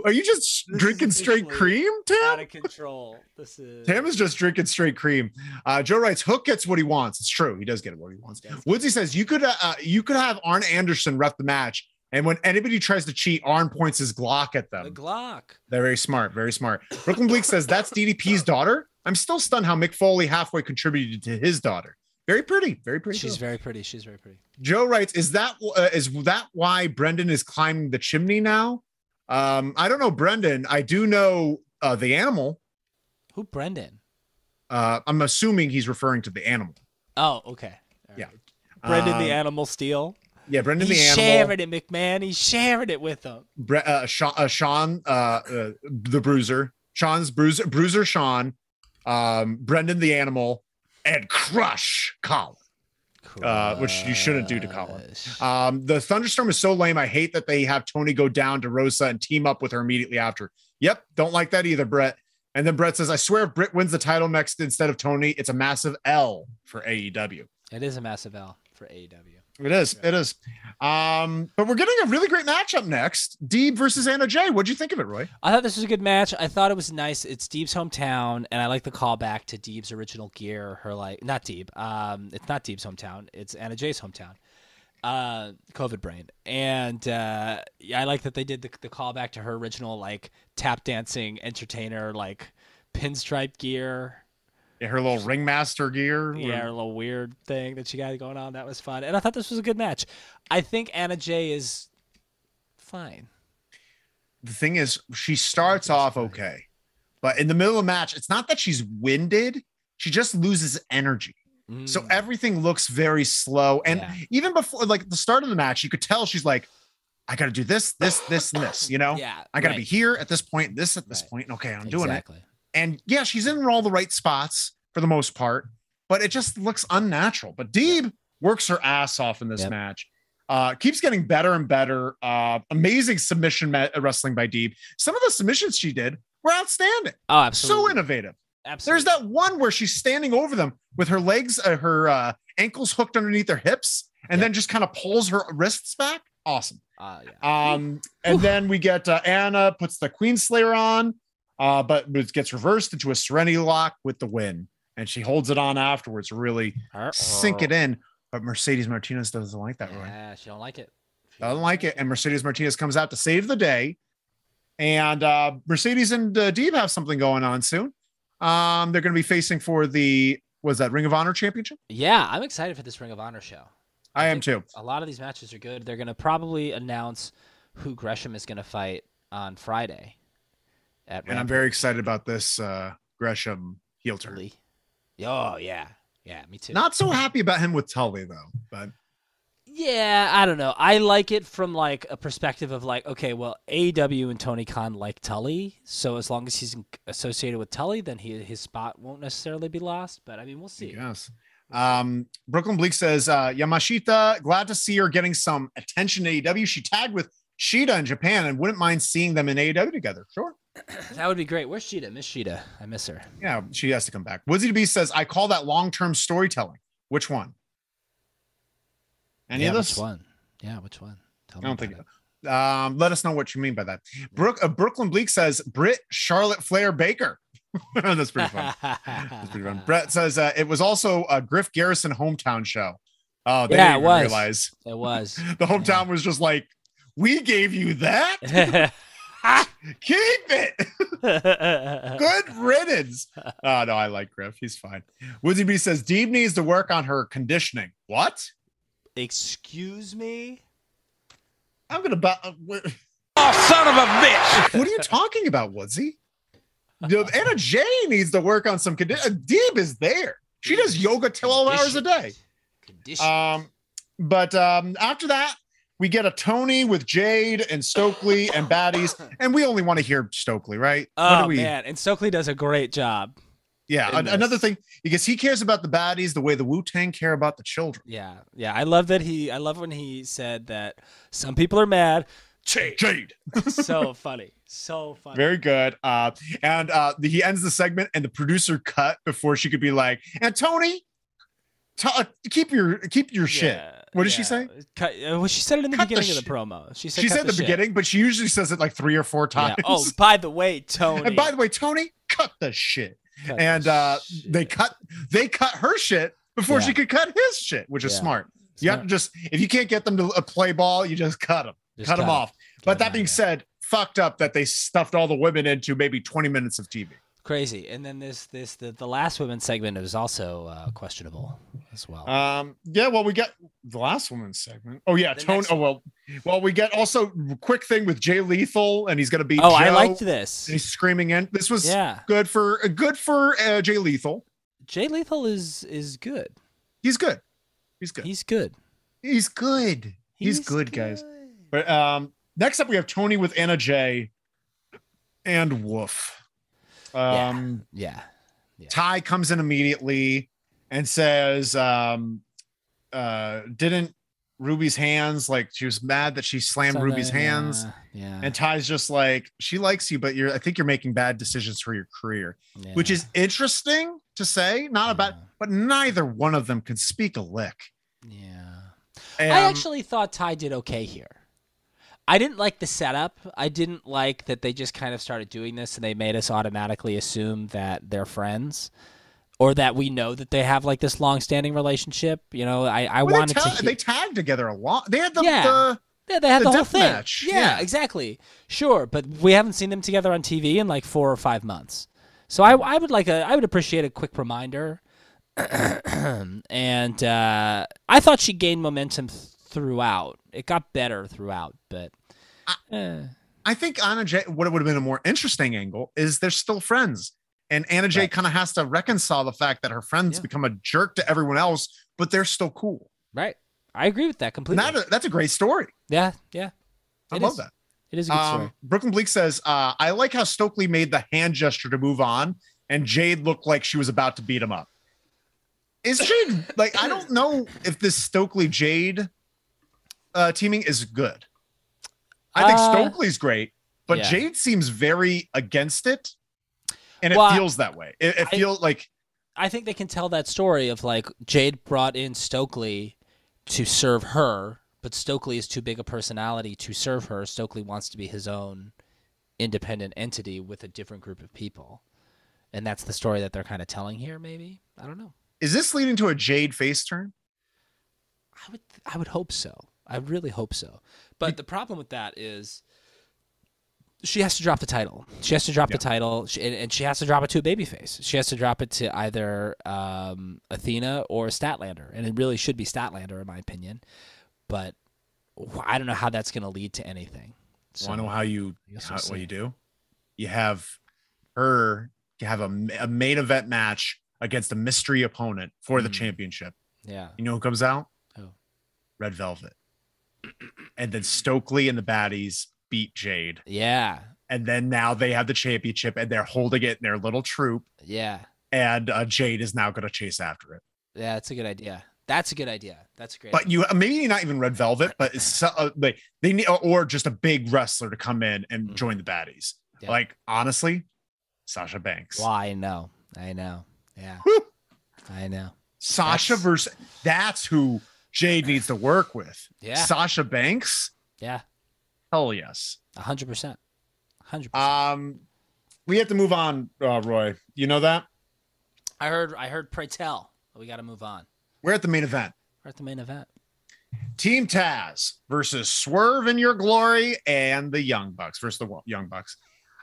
A: Are you just
B: This
A: drinking
B: is
A: straight
B: officially
A: cream,
B: Out
A: Tam?
B: of control. This is
A: Tam is just drinking straight cream. Uh, Joe writes, "Hook gets what he wants." It's true. He does get what he wants. Woodsy says, "You could, uh, uh, you could have Arn Anderson ref the match, and when anybody tries to cheat, Arn points his Glock at
B: the
A: them."
B: Glock.
A: They're very smart, very smart. Brooklyn Bleak says that's DDP's daughter. I'm still stunned how Mick Foley halfway contributed to his daughter. Very pretty, very pretty.
B: She's
A: girl.
B: very pretty. She's very pretty.
A: Joe writes, "Is that uh, is that why Brendan is climbing the chimney now?" Um, I don't know, Brendan. I do know uh, the animal.
B: Who Brendan?
A: Uh, I'm assuming he's referring to the animal.
B: Oh, okay. All
A: Yeah.
B: right. Brendan
A: Um,
B: the Animal Steel.
A: Yeah, Brendan
B: He's
A: the animal.
B: sharing it, McMahon. He's sharing it with them.
A: Bre- uh, Sean, uh, Sean uh, uh, the Bruiser, Sean's Bruiser, Bruiser Sean, um, Brendan the Animal, and Crush Colin, uh, which you shouldn't do to Colin. Um, the thunderstorm is so lame. I hate that they have Tony go down to Rosa and team up with her immediately after. Yep, don't like that either, Brett. And then Brett says, "I swear, if Britt wins the title next instead of Tony, it's a massive L for E AEW."
B: It is a E massive L for AEW.
A: It is, it is. Um, but we're getting a really great matchup next: Deeb versus Anna Jay. What'd you think of it, Roy?
B: I thought this was a good match. I thought it was nice. It's Deeb's hometown, and I like the callback to Deeb's original gear. Her like not Deeb. Um, it's not Deeb's hometown. It's Anna Jay's hometown. Uh, COVID brain, and uh, yeah, I like that they did the, the callback to her original like tap dancing entertainer like pinstripe gear.
A: Yeah, her little ringmaster gear.
B: Yeah, her little weird thing that she got going on. That was fun, and I thought this was a good match. I think Anna Jay is fine.
A: The thing is, she starts off okay, but in the middle of the match, it's not that she's winded. She just loses energy. So
B: Mm.
A: everything looks very slow. And
B: Yeah.
A: even before, like the start of the match, you could tell she's like, I got to do this, this, this, and this, you know?
B: yeah,
A: I got to
B: right.
A: be here at this point, this at this
B: Right.
A: point, and Okay, I'm doing it.
B: exactly.
A: And yeah, she's in all the right spots for the most part, but it just looks unnatural. But Deeb works her ass off in this
B: Yep.
A: match. Uh, keeps getting better and better. Uh, amazing submission ma- uh, wrestling by Deeb. Some of the submissions she did were outstanding.
B: Oh, absolutely.
A: So innovative.
B: Absolutely.
A: There's that one where she's standing over them with her legs, uh, her uh, ankles hooked underneath her hips, and then just kind of pulls her wrists back. Awesome.
B: Uh, yeah.
A: Um, and then we get uh, Anna puts the Queen Slayer on, uh, but it gets reversed into a Serenity Lock with the win, and she holds it on afterwards, to really sink it in. But Mercedes Martinez doesn't like that, Roy.
B: Yeah, she don't like it. She
A: Doesn't like it, and Mercedes Martinez comes out to save the day, and uh, Mercedes and uh, Deeb have something going on soon. Um, they're going to be facing for the was that Ring of Honor Championship.
B: Yeah, I'm excited for this Ring of Honor show.
A: I am too.
B: think A lot of these matches are good. They're gonna probably announce who Gresham is gonna fight on Friday. At
A: and I'm
B: Rampage.
A: very excited about this uh, Gresham heel turn.
B: Oh yeah, yeah, me too.
A: Not so happy about him with Tully though, but
B: Yeah, I don't know. I like it from like a perspective of like, okay, well, AEW and Tony Khan like Tully, so as long as he's in- associated with Tully, then he his spot won't necessarily be lost. But I mean, we'll see.
A: yes. Um, Brooklyn Bleak says uh, Yamashita, glad to see her getting some attention to AEW. E She tagged with Sheeta in Japan and wouldn't mind seeing them in AEW together. Sure.
B: That would be great. Where's Sheeta? Miss Sheeta. I miss her.
A: Yeah, she has to come back. Woodsy to be says, I call that long term storytelling. Which one? Any
B: yeah,
A: of
B: Which
A: those?
B: one? Yeah, which one? Tell
A: I
B: me
A: don't
B: about
A: think.
B: it.
A: Um, let us know what you mean by that. Brook, uh, Brooklyn Bleak says, Brit Charlotte Flair Baker. That's pretty fun. That's pretty fun. Brett says, uh, it was also a Griff Garrison hometown show. Oh, they
B: Yeah,
A: didn't
B: it
A: even
B: was.
A: realize.
B: It was.
A: The hometown was just like, we gave you that? Keep it. Good riddance. Oh, no, I like Griff. He's fine. Woodsy B says, Deeb needs to work on her conditioning. What?
B: Excuse me.
A: I'm going to. Bu- uh, what
C: Oh, son of a bitch!
A: what are you talking about, Woodsy? No, Anna Jay needs to work on some condition. Deeb is there. She does yoga 12 hours a day.
B: Condition.
A: Um, but um, after that, we get a Tony with Jade and Stokely and Baddies, and we only want to hear Stokely, right? What
B: oh
A: do we?
B: man, and Stokely does a great job.
A: Yeah,
B: in
A: an-
B: this.
A: another thing because he cares about the baddies the way the Wu Tang care about the children.
B: Yeah, yeah. I love that he. I love when he said that some people are mad.
A: Jade,
B: So funny. So funny.
A: very good. Uh, and uh, the, he ends the segment, and the producer cut before she could be like, "And Tony, t- uh, keep your keep your shit."
B: Yeah,
A: What did she
B: yeah.
A: say?
B: Cut, uh, well, she said it in the
A: Cut the
B: beginning of
A: shit.
B: the promo. She said.
A: She
B: cut
A: said the,
B: shit.
A: beginning, but she usually says it like three or four
B: Yeah.
A: times.
B: Oh, by the way, Tony.
A: and by the way, Tony, cut the shit.
B: Cut the
A: and uh,
B: shit.
A: they cut they cut her shit before
B: Yeah.
A: she could cut his shit, which is
B: Yeah.
A: smart. You have to just if you can't get them to uh, play ball, you just cut them,
B: Just
A: cut them
B: cut 'em.
A: off.
B: Get
A: but
B: 'em out
A: that
B: of
A: being
B: there.
A: said, fucked up that they stuffed all the women into maybe twenty minutes of TV.
B: crazy. And then this this the, the last women's segment is also uh, questionable as well.
A: Um, yeah, well, we get the last woman's segment. Oh yeah,
B: The
A: Tony.
B: next
A: Oh well, well, we get also quick thing with Jay Lethal, and he's gonna be.
B: oh, I liked this.
A: He's screaming in. This was
B: Yeah,
A: good for uh, good for uh, Jay Lethal.
B: Jay Lethal is is good.
A: He's good. He's good.
B: He's good.
A: He's good. He's, good, guys. But um, next up, we have Tony with Anna J and Woof. Um,
B: Yeah.
A: Ty comes in immediately and says, um, uh, "Didn't Ruby's hands like she was mad that she slammed
B: Some,
A: Ruby's
B: uh,
A: hands?"
B: Yeah.
A: And Ty's just like, "She likes you, but you're I think you're making bad decisions for your career,"
B: yeah,
A: which is interesting to say. Not about,
B: Yeah.
A: but neither one of them can speak a lick.
B: Yeah.
A: And,
B: I actually thought Ty did okay here. I didn't like the setup. I didn't like that they just kind of started doing this and they made us automatically assume that they're friends or that we know that they have like this long-standing relationship. You know, I, I
A: Well,
B: wanted
A: they,
B: to.
A: ta-
B: hear-
A: they tagged together a lot. They had the,
B: Yeah.
A: the
B: Yeah, they had
A: The
B: the, whole
A: death
B: thing.
A: match,
B: Yeah,
A: yeah.
B: exactly. Sure, but we haven't seen them together on TV in like four or five months. So I, I would like a, I would appreciate a quick reminder. and uh, I thought she gained momentum th- throughout. It got better throughout, but eh,
A: I think Anna J, what would have been a more interesting angle is they're still friends. And Anna J
B: Right.
A: kind of has to reconcile the fact that her friends
B: Yeah.
A: become a jerk to everyone else, but they're still cool.
B: right. I agree with that
A: And
B: completely.
A: that, that's a great story.
B: yeah, yeah.
A: I
B: It
A: love
B: is.
A: that.
B: It is a good
A: Um,
B: story.
A: Brooklyn Bleak says, uh, I like how Stokely made the hand gesture to move on, and Jade looked like she was about to beat him up. Is Jade, like, I don't know if this Stokely Jade uh, teaming is good. I think
B: Uh,
A: Stokely's great, but
B: yeah.
A: Jade seems very against it. And it
B: Well, I-
A: feels that way. It, it
B: I-
A: feels like,
B: I think they can tell that story of like Jade brought in Stokely to serve her, but Stokely is too big a personality to serve her. Stokely wants to be his own independent entity with a different group of people. And that's the story that they're kind of telling here maybe. I don't know.
A: is this leading to a Jade face turn?
B: I would I would hope so. I really hope so. But the problem with that is she has to drop the title. She has to drop the title, she, and, and she has to drop it to a babyface. She has to drop it to either um, Athena or Statlander, and it really should be Statlander, in my opinion. But wh- I don't know how that's going to lead to anything. So,
A: Wanna how you,
B: I guess we'll see.
A: do? You have her you have a, ma- a main event match against a mystery opponent for the
B: Mhm.
A: championship.
B: yeah,
A: You know who comes out?
B: Who?
A: Red Velvet. And then Stokely and the baddies beat Jade.
B: yeah,
A: And then now they have the championship and they're holding it in their little troop.
B: yeah.
A: And uh, Jade is now going to chase after it.
B: Yeah, that's a good idea. That's a good idea. That's a great.
A: But you maybe not even Red Velvet, but it's so, uh, like they need or just a big wrestler to come in and join the baddies.
B: Mm. Yeah.
A: Like honestly, Sasha Banks.
B: idea. Why? I know. I know. Yeah.
A: Woo.
B: I know.
A: Sasha
B: That's-
A: versus that's who Jade needs to work with.
B: Yeah.
A: Sasha Banks?
B: Yeah.
A: Hell yes.
B: A hundred percent. A Hundred. percent.
A: Um we have to move on, uh, Roy. You know that? Uh,
B: I heard. I heard. Pray tell. We got to move on.
A: We're at the main event.
B: We're at the main event.
A: Team Taz versus Swerve in Your Glory and the Young Bucks versus the Wo- Young Bucks.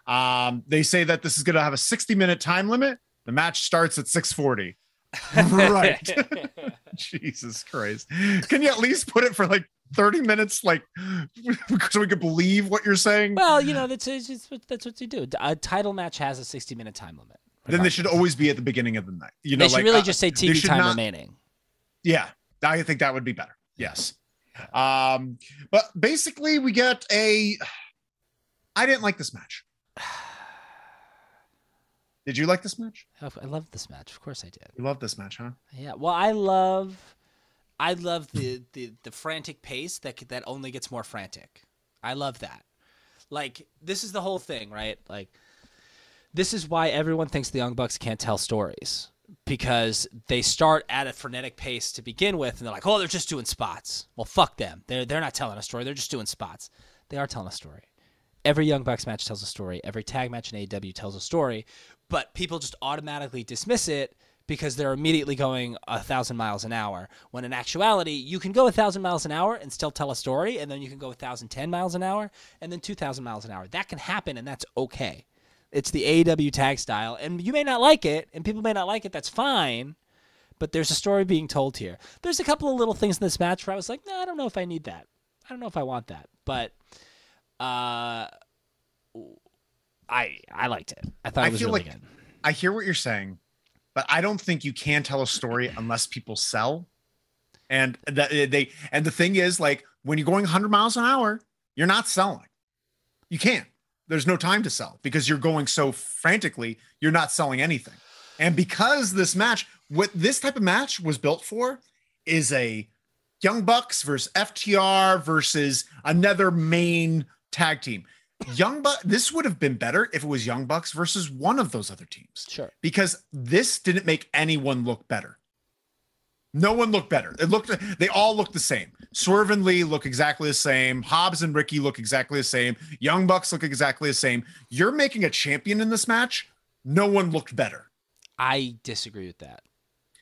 A: Um, they say that this is going to have a 60 minute time limit. The match starts at 640. right. Jesus Christ. Can you at least put it for like 30 minutes? Like, so we could believe what you're saying?
B: Well, you know that's it's, it's, what- that's what you do. A title match has a sixty minute time limit.
A: then they should always be at the beginning of the night. You know,
B: they should
A: like,
B: really
A: uh,
B: just say
A: they
B: TV
A: should
B: time
A: not-
B: remaining.
A: Yeah, I think that would be better. Yes. Um, but basically, we get a. I didn't like this match. Did you like this match?
B: Oh, I love this match. Of course I did.
A: You love this match, huh?
B: Yeah. Well, I love, I love the the the frantic pace that c- that only gets more frantic. I love that. Like this is the whole thing, right? Like this is why everyone thinks the Young Bucks can't tell stories because they start at a frenetic pace to begin with, and they're like, "Oh, they're just doing spots." Well, fuck them. They're they're not telling a story. They're just doing spots. They are telling a story. Every Young Bucks match tells a story. Every tag match in AEW tells a story, but people just automatically dismiss it because they're immediately going a thousand miles an hour. When in actuality, you can go a thousand miles an hour and still tell a story, and then you can go a thousand ten miles an hour, and then two thousand miles an hour. That can happen, and that's okay. It's the AEW tag style, and you may not like it, and people may not like it. That's fine, but there's a story being told here. There's a couple of little things in this match where I was like, no, I don't know if I need that. I don't know if I want that, but uh, I I liked it. I thought
A: I
B: it was
A: feel
B: really
A: like-
B: good.
A: I hear what you're saying, but I don't think you can tell a story unless people sell. And that eh, they and the thing is, like when you're going 100 miles an hour, you're not selling. You can't. There's no time to sell because you're going so frantically. You're not selling anything. And because this match, what this type of match was built for, is a Young Bucks versus FTR versus another main tag team. Young Buck. This would have been better if it was Young Bucks versus one of those other teams
B: Sure.
A: because this didn't make anyone look better. No one looked better. It looked they all looked the same. Swerve and Lee look exactly the same. Hobbs and Ricky look exactly the same. Young Bucks look exactly the same. You're making a champion in this match. No one looked better.
B: I disagree with that.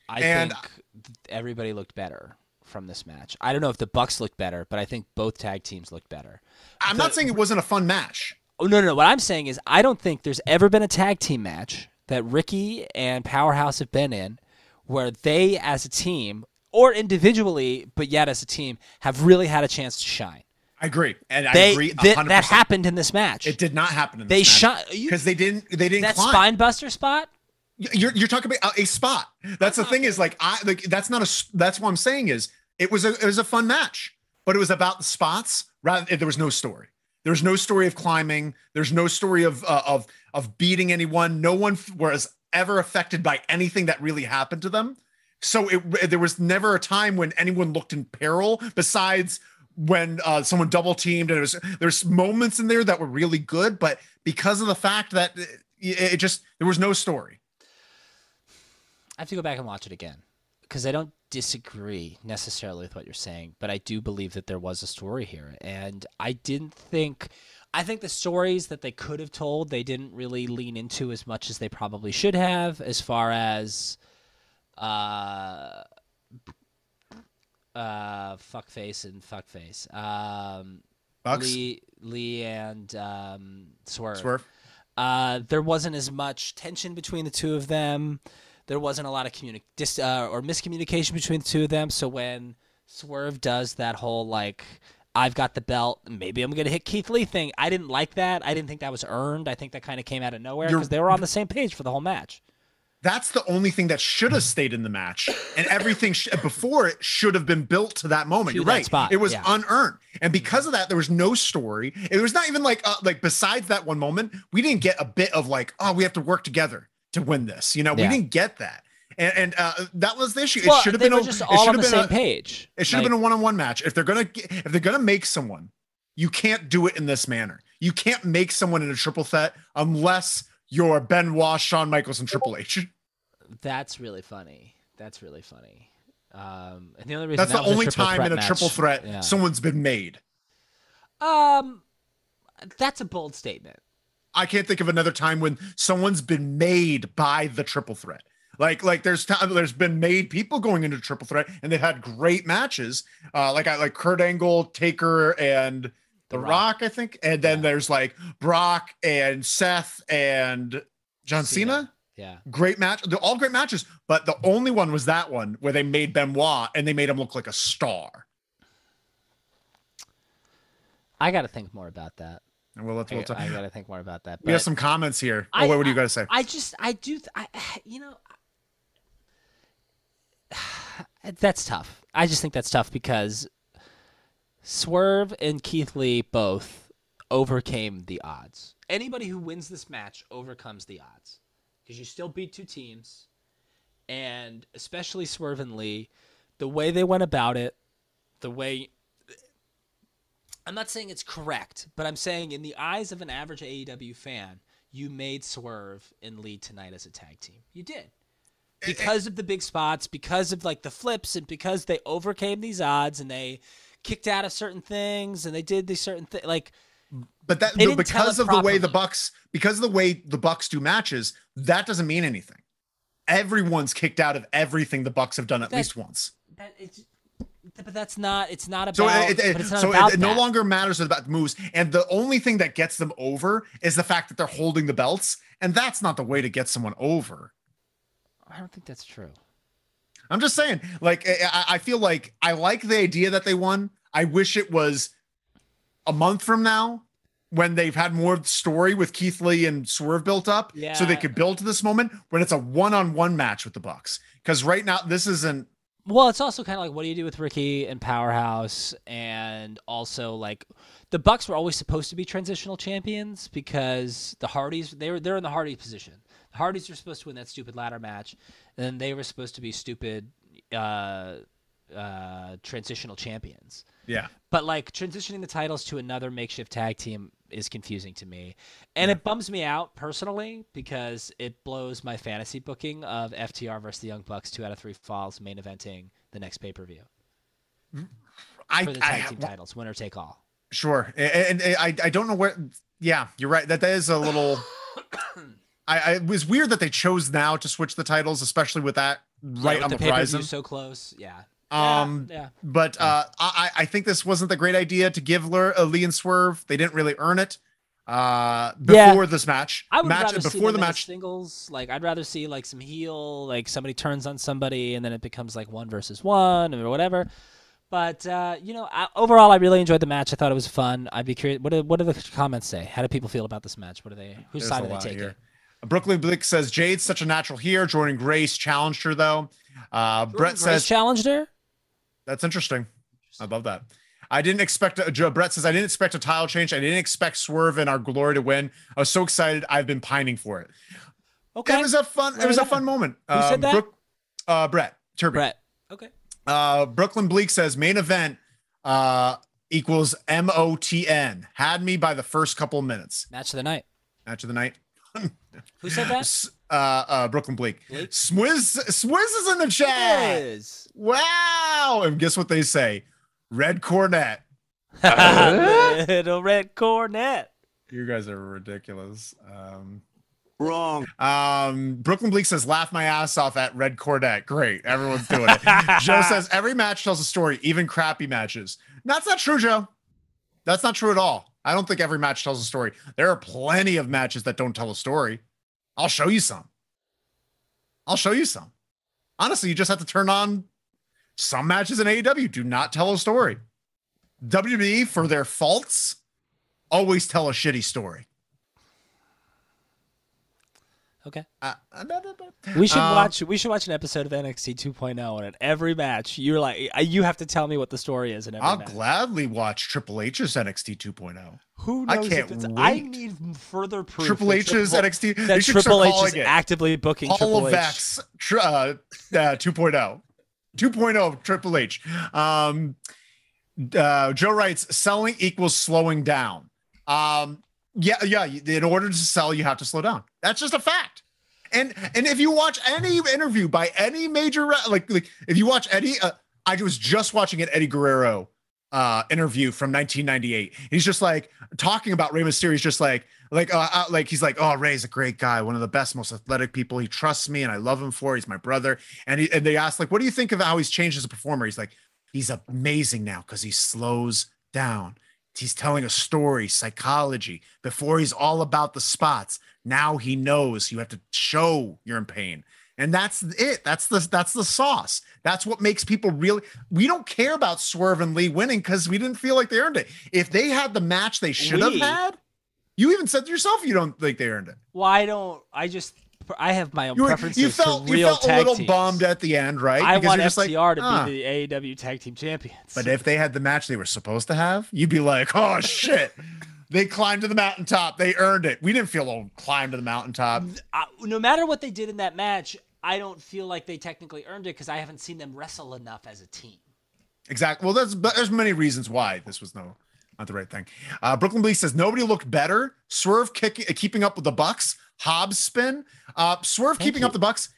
B: I
A: And-
B: think th- everybody looked better from this match. I don't know if the Bucks looked better, but I think both tag teams looked better.
A: I'm not saying it wasn't a fun match.
B: Oh no, no, no. What I'm saying is I don't think there's ever been a tag team match that Ricky and Powerhouse have been in where they as a team or individually, but yet as a team, have really had a chance to shine.
A: I agree. And I
B: They
A: agree
B: thi-
A: 100%.
B: that happened in this match.
A: It did not happen in this
B: They
A: match
B: shot you-
A: because they didn't they didn't
B: that
A: climb.
B: spine buster spot?
A: you're you're talking about a, a spot. That's the thing is like I like that's not a s- that's what I'm saying is it was a it was a fun match, but it was about the spots rather there was no story. There's no story of climbing. There's no story of uh, of of beating anyone. No one f- was ever affected by anything that really happened to them. So it there was never a time when anyone looked in peril besides when uh, someone double teamed and it was there's moments in there that were really good, but because of the fact that it, it just there was no story.
B: I have to go back and watch it again because I don't disagree necessarily with what you're saying, but I do believe that there was a story here, and I didn't think. I think the stories that they could have told, they didn't really lean into as much as they probably should have, as far as, uh, uh, fuckface and fuckface, um,
A: Bucks,
B: Lee, Lee and um,
A: Swerve.
B: uh, there wasn't as much tension between the two of them. There wasn't a lot of communi- dis- uh, or miscommunication between the two of them. So when Swerve does that whole like I've got the belt, maybe I'm gonna hit Keith Lee thing, I didn't like that. I didn't think that was earned. I think that kind of came out of nowhere
A: You're-
B: because they were on the same page for the whole match.
A: That's the only thing that should have stayed in the match, and everything sh- before it should have been built to that moment.
B: To
A: You're
B: that
A: right;
B: spot,
A: it was
B: yeah.
A: unearned, and because of that, there was no story. It was not even like uh, like besides that one moment, we didn't get a bit of like, oh, we have to work together to win this. You know,
B: Yeah.
A: we didn't get that. and, and uh, that was the issue. It
B: well,
A: should have
B: they
A: been
B: were
A: a-
B: just
A: it
B: all
A: should
B: on
A: have
B: the
A: been
B: same
A: a-
B: page.
A: It should have
B: Like,
A: been a one-on-one match. If they're gonna get- if they're gonna make someone, you can't do it in this manner. You can't make someone in a triple threat unless you're Benoit, Shawn Michaels, and Triple H.
B: That's really funny. That's really funny. Um, and the only reason
A: That's
B: that
A: the
B: was
A: only
B: triple
A: time
B: threat
A: in a
B: match-
A: triple threat
B: Yeah.
A: someone's been made.
B: um, that's a bold statement.
A: I can't think of another time when someone's been made by the triple threat. Like like there's time there's been made people going into triple threat and they've had great matches. Uh, like I like Kurt Angle, Taker, and The Rock, I think. And then there's like Brock and Seth and John Cena.
B: Yeah.
A: Great match. They're all great matches, but the only one was that one where they made Benoit and they made him look like a star.
B: I got to think more about that.
A: And we'll, let's,
B: I,
A: we'll talk.
B: I got to think more about that.
A: we have
B: but-
A: some comments here.
B: I-
A: oh, what, what do you got to say?
B: I just, I do, th- I, you know, I- that's tough. I just think that's tough because Swerve and Keith Lee both overcame the odds. Anybody who wins this match overcomes the odds because you still beat two teams, and especially Swerve and Lee, the way they went about it, the way. I'm not saying it's correct, but I'm saying in the eyes of an average AEW fan, you made Swerve and Lee tonight as a tag team. You did. Because of the big spots, because of like the flips, and because they overcame these odds and they kicked out of certain things and they did these certain things. Like,
A: but that
B: They
A: the-
B: didn't tell
A: because
B: it
A: of the way the
B: properly.
A: bucks because of the way the bucks do matches that doesn't mean anything everyone's kicked out of everything the bucks have done at
B: That-
A: least once
B: that, it's, but that's not, it's not about,
A: so it, it-
B: but it's not
A: so
B: about
A: it, it no
B: that.
A: longer matters about the moves and the only thing that gets them over is the fact that they're holding the belts and that's not the way to get someone over
B: I don't think that's true.
A: I'm just saying, like, I- I, I feel like I like the idea that they won. I wish it was a month from now when they've had more story with Keith Lee and Swerve built up, so they
B: Yeah.
A: could build to this moment when it's a one-on-one match with the Bucks. Because right now, this isn't.
B: Well, it's also kind of like what do you do with Ricky and Powerhouse, and also like the Bucks were always supposed to be transitional champions because the Hardys they were they're in the Hardy position. The Hardys were supposed to win that stupid ladder match, and then they were supposed to be stupid uh, uh, transitional champions.
A: Yeah,
B: But like transitioning the titles to another makeshift tag team is confusing to me. And it bums me out personally because it blows my fantasy booking of FTR versus the Young Bucks two out of three falls main eventing the next pay per view
A: I,
B: for the
A: I
B: tag team titles, winner take all.
A: sure, and, and I I don't know where. Yeah, you're right. That that is a little. I, I it was weird that they chose now to switch the titles, especially with that right
B: With
A: on the,
B: pay per view
A: horizon.
B: so close. Yeah.
A: Um,
B: yeah.
A: But uh, I, I think this wasn't the great idea to give Lur, uh, Lee and Swerve. They didn't really earn it uh,
B: Yeah.
A: before this match.
B: I would
A: match
B: rather see
A: before
B: them
A: the
B: in as
A: match.
B: singles. Like I'd rather see like some heel, like somebody turns on somebody, and then it becomes like one versus one or whatever. But uh, you know, I, overall, I really enjoyed the match. I thought it was fun. I'd be curious. What do, what do the comments say? How do people feel about this match? What are they?
A: There's
B: Whose side
A: a
B: are they
A: lot
B: taking?
A: here. Brooklyn Blake says Jade's such a natural here. Jordan Grace challenged her though. Uh, Brett
B: Grace
A: says
B: challenged her.
A: that's interesting. I love that. I didn't expect a, Joe Brett says I didn't expect a title change. I didn't expect Swerve and our glory to win. I was so excited. I've been pining for it.
B: Okay,
A: It was a fun.
B: Right
A: it was a
B: on.
A: fun moment. Um,
B: Who said that?
A: Brook- uh, Brett Turby.
B: Brett. Okay.
A: Uh, Brooklyn Bleak says main event uh, equals M O T N. Had me by the first couple of minutes.
B: Match of the night.
A: Match of the night.
B: Who said that?
A: S- Uh, uh, Brooklyn Bleak.
B: Bleak?
A: Swizz, Swizz is in the chat.
B: Yes.
A: Wow. And guess what they say? Red Cornet.
B: Little red cornet.
A: You guys are ridiculous. Um,
D: Wrong.
A: Um, Brooklyn Bleak says, laugh my ass off at Red Cornet. Great. Everyone's doing it. Joe says, every match tells a story, even crappy matches. That's not true, Joe. That's not true at all. I don't think every match tells a story. There are plenty of matches that don't tell a story. I'll show you some. I'll show you some. Honestly, you just have to turn on some matches in AEW do not tell a story. WWE, for their faults, always tell a shitty story.
B: Okay.
A: Uh, uh, da- da- da.
B: We should
A: Um,
B: watch. We should watch an episode of NXT 2.0, and at oh every match, you're like, you have to tell me what the story is in every
A: I'll
B: match.
A: gladly watch Triple H's NXT 2.0.
B: Who
A: I
B: knows
A: can't
B: if it's? I
A: wait.
B: need further proof.
A: oh. Triple
B: that
A: H's NXT. They
B: That
A: should start
B: Triple H
A: calling
B: is
A: it
B: actively booking
A: Hall
B: Triple
A: of
B: H.
A: X tr- uh, uh, 2.0. 2.0 of Triple H. Um, uh, Joe writes, selling equals slowing down. Um, yeah, yeah. you- In order to sell, you have to slow down. That's just a fact. And and if you watch any interview by any major re- like like if you watch Eddie, uh, I was just watching an Eddie Guerrero uh interview from 1998. He's just like talking about Rey Mysterio. He's just like like uh, uh, like he's like, oh, Ray's a great guy, one of the best, most athletic people. He trusts me, and I love him for. it. He's my brother. And he, and they asked like, what do you think of how he's changed as a performer? He's like, he's amazing now because he slows down. He's telling a story, psychology. Before he's all about the spots. Now he knows you have to show you're in pain. And that's it. That's the that's the sauce. That's what makes people really. We don't care about Swerve and Lee winning because we didn't feel like they earned it. If they had the match they should have
B: We-
A: had, you even said to yourself you don't think they earned it.
B: Well, I don't. I just. I have my own
A: You, were,
B: preferences
A: you felt
B: for
A: you
B: real
A: felt a
B: tag
A: little
B: teams.
A: bummed at the end, right?
B: I
A: Because
B: want
A: you're just like,
B: FTR to
A: "Ah."
B: be the AEW tag team champions.
A: But if they had the match they were supposed to have, you'd be like, oh shit. They climbed to the mountaintop. They earned it. We didn't feel old climb to the mountaintop.
B: I, no matter what they did in that match, I don't feel like they technically earned it because I haven't seen them wrestle enough as a team.
A: Exactly. Well, that's but there's many reasons why this was no not the right thing. Uh, Brooklyn Bleak says nobody looked better. Swerve kicking, uh, keeping up with the Bucks. Hobbs spin. Uh, Swerve keeping
B: you.
A: up the Bucks.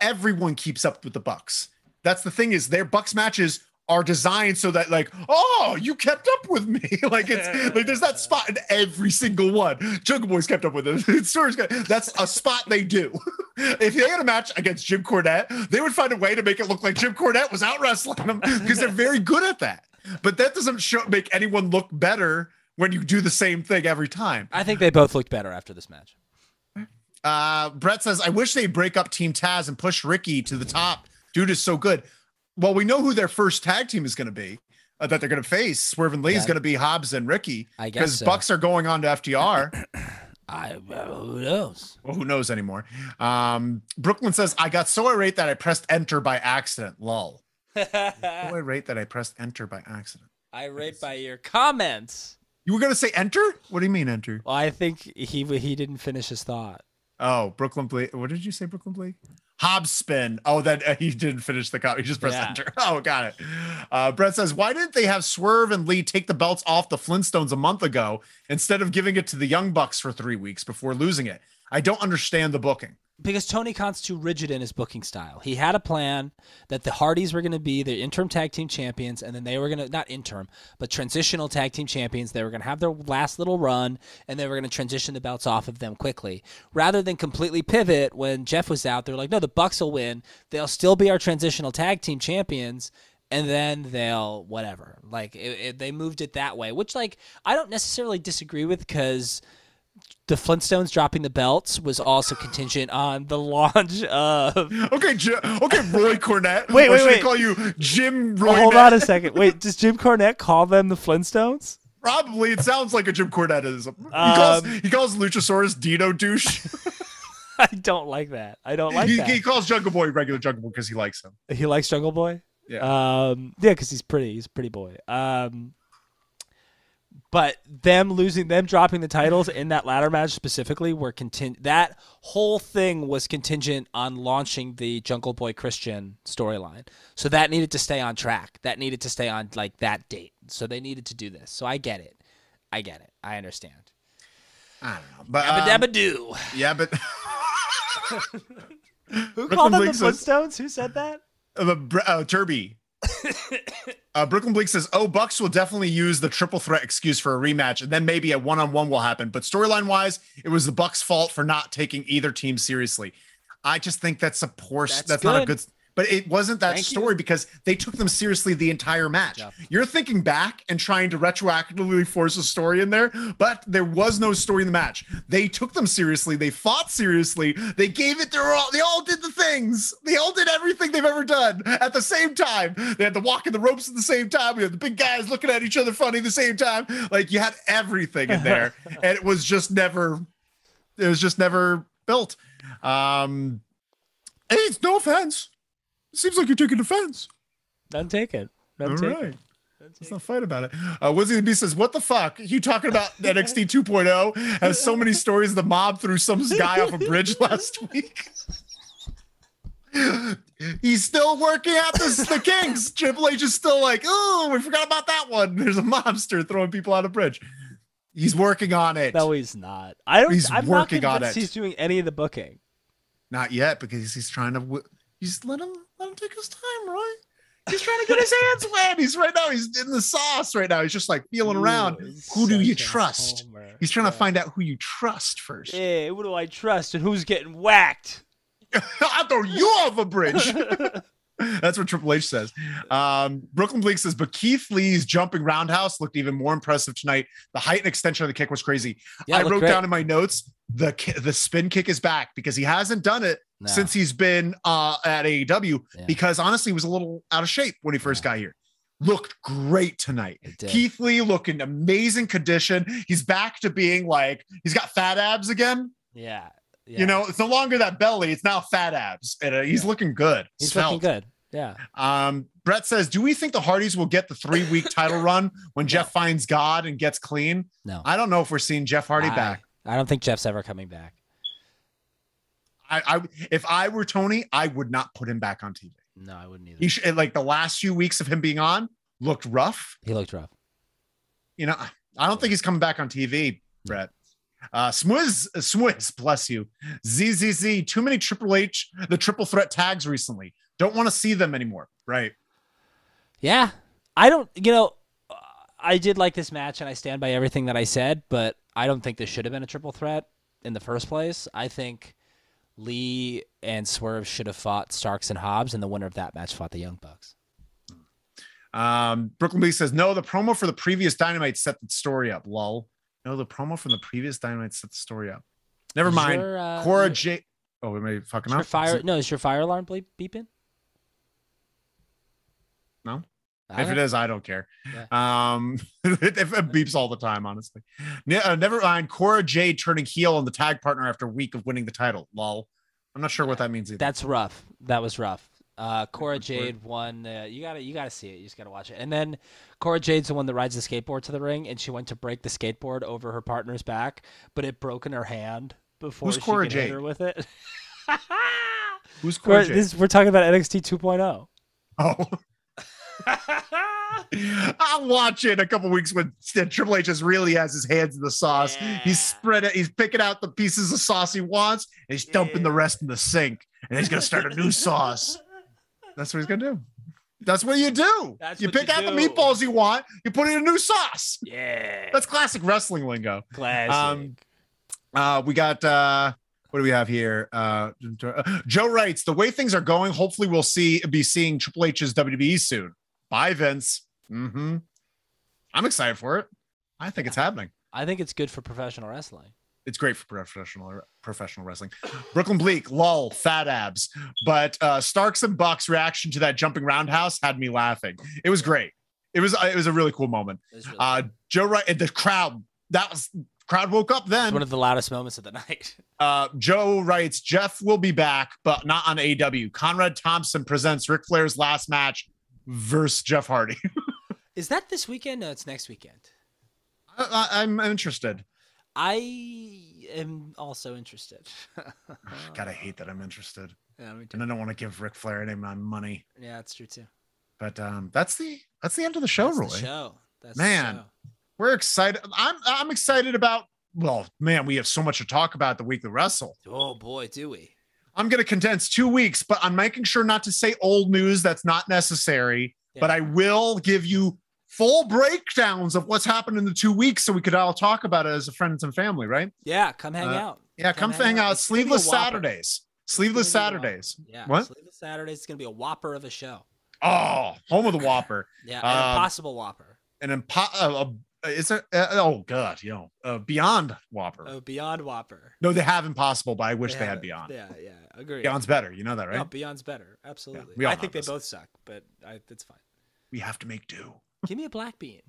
A: Everyone keeps up with the Bucks. That's the thing is their Bucks matches are designed so that like oh you kept up with me like it's like there's that spot in every single one. Jungle Boy's kept up with it. Swerve's got- that's a spot they do. if they had a match against Jim Cornette, they would find a way to make it look like Jim Cornette was out wrestling them because they're very good at that. But that doesn't show, make anyone look better when you do the same thing every time.
B: I think they both looked better after this match.
A: Uh, Brett says, I wish they break up Team Taz and push Ricky to the top. Dude is so good. Well, we know who their first tag team is going to be uh, that they're going to face. Swerve and Lee is
B: Yeah.
A: going to be Hobbs and Ricky
B: I guess so.
A: Bucks are going on to FTR.
B: I who knows?
A: Well, uh, who knows anymore? Um, Brooklyn says, I got so irate that I pressed enter by accident. Lol. so irate that I pressed enter by accident.
B: I rate by your comments.
A: You were going to say enter? What do you mean enter?
B: Well, I think he he didn't finish his thought.
A: Oh, Brooklyn Blake. What did you say, Brooklyn Blake? Hobbs spin. Oh, that uh, he didn't finish the copy. He just pressed
B: Yeah.
A: enter. Oh, got it. Uh, Brett says, why didn't they have Swerve and Lee take the belts off the Flintstones a month ago instead of giving it to the Young Bucks for three weeks before losing it? I don't understand the booking.
B: because Tony Khan's too rigid in his booking style. He had a plan that the Hardys were going to be the interim tag team champions, and then they were going to not interim, but transitional tag team champions. They were going to have their last little run, and they were going to transition the belts off of them quickly, rather than completely pivot when Jeff was out. They're like, no, the Bucks will win. They'll still be our transitional tag team champions. And then they'll whatever. Like it, it, they moved it that way, which like I don't necessarily disagree with because the Flintstones dropping the belts was also contingent on the launch of.
A: Okay, Jim, okay, Roy Cornett.
B: Wait,
A: Or
B: wait,
A: should I
B: wait.
A: call you Jim Roy.
B: Hold
A: Nett?
B: on a second. Wait, does Jim Cornette call them the Flintstones? Um,
A: Probably it sounds like a Jim Cornetteism. He calls he calls Luchasaurus Dino douche.
B: I don't like that. I don't like
A: he, he
B: that.
A: calls Jungle Boy regular Jungle Boy because he likes him.
B: He likes Jungle Boy. Yeah. Um. Yeah, because he's pretty. He's a pretty boy. Um. But them losing, them dropping the titles in that ladder match specifically were contingent. That whole thing was contingent on launching the Jungle Boy Christian storyline. So that needed to stay on track. That needed to stay on like that date. So they needed to do this. So I get it. I get it. I understand.
A: I don't know. But
B: Abba
A: um,
B: dabba doo.
A: yeah, but
B: Who
A: Brooklyn
B: called them the
A: Bleak says-
B: Flintstones? Who said that?
A: uh, Br- uh, Turby. uh, Brooklyn Bleak says, "Oh, Bucks will definitely use the triple threat excuse for a rematch, and then maybe a one-on-one will happen. But storyline-wise, it was the Bucks' fault for not taking either team seriously. I just think that's a poor. That's,
B: That's
A: not a
B: good.
A: good. But it wasn't that
B: Thank you.
A: story because they took them seriously the entire match.
B: job.
A: You're thinking back and trying to retroactively force a story in there, but there was no story in the match. They took them seriously. They fought seriously. They gave it their all. They all did the things. They all did everything they've ever done at the same time. They had the walk in the ropes at the same time. We had the big guys looking at each other funny at the same time. Like you had everything in there, and it was just never. It was just never built. Um, hey, it's no offense. Seems like you're taking offense.
B: None taken. None
A: All
B: taken.
A: right. Let's not fight about it. Uh, Wizzy the Beast says, What the fuck? You talking about NXT 2.0 has oh so many stories. The mob threw some guy off a bridge last week. He's still working out this, the Kings. Triple H is still like, Oh, we forgot about that one. There's a mobster throwing people out of bridge. He's working on it.
B: No, he's not. I don't.
A: He's
B: I'm
A: working
B: not
A: on
B: convinced
A: it.
B: He's doing any of the booking.
A: Not yet, because he's trying to. W- he's let him let him take his time, Roy. He's trying to get his hands wet. He's right now. He's in the sauce right now. He's just like feeling around.
B: Ooh, he's
A: Who do
B: such
A: you
B: a
A: trust?
B: homer.
A: He's trying to
B: Yeah.
A: find out who you trust first.
B: Yeah, who do I trust and who's getting whacked?
A: I'll throw you off a bridge. That's what Triple H says. Um, Brooklyn Bleak says, but Keith Lee's jumping roundhouse looked even more impressive tonight. The height and extension of the kick was crazy.
B: Yeah,
A: I
B: it looked
A: wrote
B: great.
A: down in my notes the ki- the spin kick is back because he hasn't done it
B: No.
A: since he's been uh, at AEW.
B: Yeah.
A: Because honestly, he was a little out of shape when he first got here. Looked great tonight.
B: It did.
A: Keith Lee looked in amazing condition. He's back to being like he's got fat abs again.
B: Yeah, yeah.
A: You know, it's no longer that belly; it's now fat abs, and uh, he's looking good.
B: he's
A: Svelte.
B: looking good. Yeah,
A: Um, Brett says, "Do we think the Hardys will get the three-week title run when Jeff finds God and gets clean?"
B: no,
A: I don't know if we're seeing Jeff Hardy
B: I-
A: back.
B: I don't think Jeff's ever coming back.
A: I, I, if I were Tony, I would not put him back on TV.
B: No, I wouldn't either.
A: He should, like the last few weeks of him being on looked rough.
B: he looked rough.
A: You know, I don't think he's coming back on TV, Brett. Uh, Swiz, Swiz, bless you. ZZZ, too many Triple H, the triple threat tags recently. Don't want to see them anymore. Right.
B: Yeah, I don't. You know, uh, I did like this match, and I stand by everything that I said. But I don't think this should have been a triple threat in the first place. I think Lee and Swerve should have fought Starks and Hobbs, and the winner of that match fought the Young Bucks.
A: Um, Brooklyn Lee says, no, the promo for the previous Dynamite set the story up. Lol. No, the promo from the previous Dynamite set the story up. Never
B: Is
A: mind.
B: your, uh,
A: Cora
B: your-
A: J. Oh, am I fucking
B: Is your
A: up? Is
B: fire?
A: it-
B: No, is your fire alarm bleep, beeping?
A: No.
B: I
A: if
B: don't-
A: it is, I don't care. Um, if it beeps all the time, honestly. Ne- uh, never mind. Cora Jade turning heel on the tag partner after a week of winning the title. Lol. I'm not sure what that means either.
B: That's rough. That was rough. Uh, Cora Jade won. Uh, you gotta, you gotta see it. You just gotta watch it. And then Cora Jade's the one that rides the skateboard to the ring, and she went to break the skateboard over her partner's back, but it broke in her hand before
A: Who's
B: she
A: Cora
B: could hit
A: Jade?
B: her with it.
A: Who's Cora
B: Cora,
A: Jade?
B: this, we're talking about NXT 2.0.
A: Oh. I'll watch it in a couple weeks when Triple H just really has his hands in the sauce. He's spread it. He's picking out the pieces of sauce he wants, and he's dumping the rest in the sink. And he's gonna start a new sauce. That's what he's gonna do. That's what you do.
B: That's
A: you
B: what you
A: pick out the
B: do.
A: meatballs you want. You put in a new sauce.
B: Yeah,
A: That's classic wrestling lingo.
B: classic.
A: Um, Uh, we got uh, what do we have here? Uh, Joe writes, the way things are going, hopefully we'll see be seeing Triple H's WWE soon. Bye, Vince. hmm I'm excited for it. I think it's happening.
B: I think it's good for professional wrestling.
A: It's great for professional professional wrestling. Brooklyn Bleak, lol, fat abs. But uh, Starks and Bucks' reaction to that jumping roundhouse had me laughing. It was great. It was it was a really cool moment.
B: It was really-
A: Uh, Joe Wright, and the crowd that was crowd woke up
B: it's
A: then.
B: one of the loudest moments of the night.
A: Uh, Joe writes, Jeff will be back, but not on AW. Conrad Thompson presents Ric Flair's last match versus Jeff Hardy.
B: Is that this weekend? No, it's next weekend.
A: I, I, I'm interested.
B: I am also interested.
A: God, I hate that I'm interested.
B: Yeah, me too.
A: And I don't want to give Ric Flair any of my money.
B: Yeah, that's true too.
A: But um, that's the that's the end of the show,
B: That's the
A: Roy.
B: show. That's the
A: Man.
B: show.
A: We're excited. I'm I'm excited about well, man, we have so much to talk about the week of wrestle.
B: Oh boy, do we?
A: I'm going to condense two weeks, but I'm making sure not to say old news that's not necessary.
B: Yeah.
A: But I will give you full breakdowns of what's happened in the two weeks so we could all talk about it as a friends and family, right?
B: Yeah, come hang
A: Uh,
B: out.
A: Yeah, come, hang out.
B: It's gonna be a
A: Sleeveless
B: whopper.
A: Saturdays.
B: It's gonna be a
A: Sleeveless Saturdays.
B: whopper. Yeah.
A: What?
B: Sleeveless Saturdays is gonna be a whopper of a show.
A: Oh, home of the Whopper.
B: Yeah,
A: Um,
B: an impossible whopper.
A: An impo- uh, uh, is there? Uh, oh God, you know, uh, Beyond Whopper.
B: A beyond whopper.
A: no, they have Impossible, but I wish they,
B: Oh. have
A: had
B: it.
A: Beyond.
B: Yeah, yeah. Agree.
A: Beyond's better. You know that, right?
B: No, Beyond's better. Absolutely.
A: we all
B: I
A: know
B: think they
A: this.
B: both suck, but I, that's fine.
A: We have to make do.
B: Give me a black bean.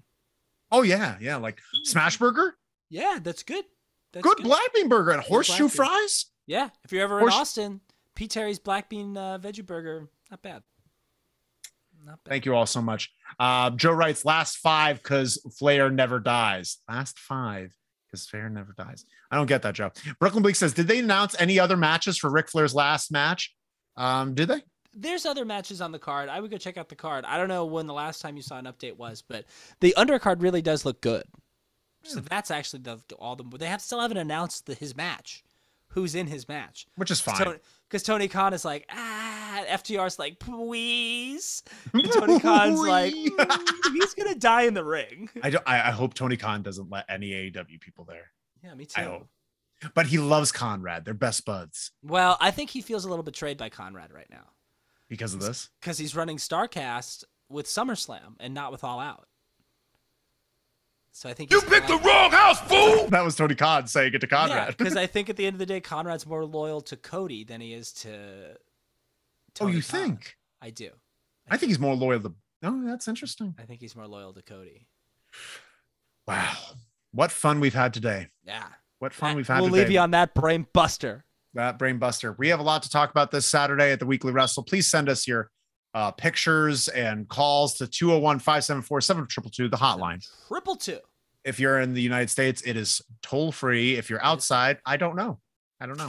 A: Oh yeah, yeah.
B: Hmm.
A: Like Smashburger.
B: Yeah, that's good. That's
A: good, black bean burger and horseshoe
B: black bean.
A: fries.
B: Yeah, if you're ever
A: Or
B: in
A: sh-
B: Austin, Pete Terry's Black Bean uh, Veggie Burger, not bad. Not bad.
A: Thank you all so much. Uh, Joe writes last five because Flair never dies. Last five because Flair never dies. I don't get that, Joe. Brooklyn Bleak says, did they announce any other matches for Ric Flair's last match? Um, did they?
B: There's other matches on the card. I would go check out the card. I don't know when the last time you saw an update was, but the undercard really does look good.
A: Hmm.
B: So that's actually the, all the they have still haven't announced the, his match, who's in his match.
A: Which is fine.
B: Because Tony Khan is like, ah, FTR's like, please. And Tony Khan's like,
A: Please.
B: "Mm, he's going to die in the ring.
A: I, don't, I I hope Tony Khan doesn't let any AEW people there,
B: Yeah, me
A: I
B: too.
A: hope. but he loves Conrad. They're best buds
B: Well, I think he feels a little betrayed by Conrad right now
A: because of this.
B: because he's running StarCast with SummerSlam and not with All Out. So I think
C: You
B: he's
C: picked the
B: kinda
C: wrong house, fool!
A: That was Tony Khan saying it to
B: like-
A: Conrad.
B: because I think at the end of the day, Conrad's more loyal to Cody than he is to.
A: oh,
B: Tony
A: you
B: Khan.
A: think?
B: I do.
A: I think he's more loyal to. No, that's interesting.
B: I think he's more loyal to Cody.
A: Wow. What fun we've had today.
B: Yeah.
A: What fun
B: That-
A: we've had
B: we'll
A: today.
B: leave you on that brain buster.
A: that brain buster we have a lot to talk about this saturday at the weekly wrestle please send us your uh, pictures and calls to 201-574-7222 the hotline
B: Triple two.
A: if you're in the united states it is toll free if you're outside i don't know i don't know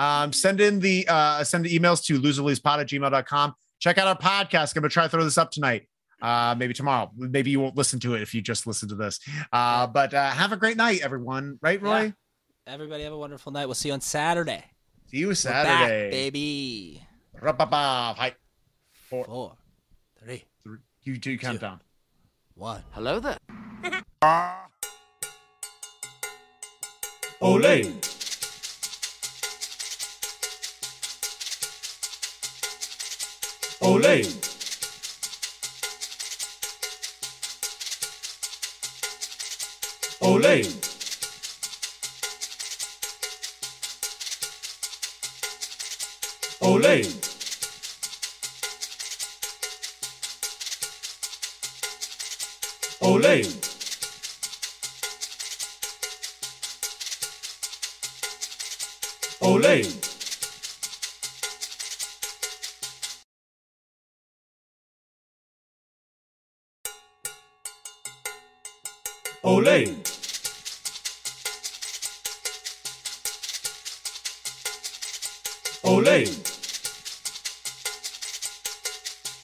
A: um, send in the uh, send the emails to loserleasepod at gmail.com check out our podcast i'm gonna try to throw this up tonight uh, maybe tomorrow maybe you won't listen to it if you just listen to this uh, but uh, have a great night everyone right roy
B: Yeah. Everybody have a wonderful night. We'll see you on Saturday.
A: see you
B: We're back,
A: saturday
B: baby.
A: Ra-ba-ba. Hi.
B: Four, three,
A: You do countdown.
B: one.
E: Hello there.
G: Ole! Ole! Ole! Ole! Ole! Ole! Ole! Ole!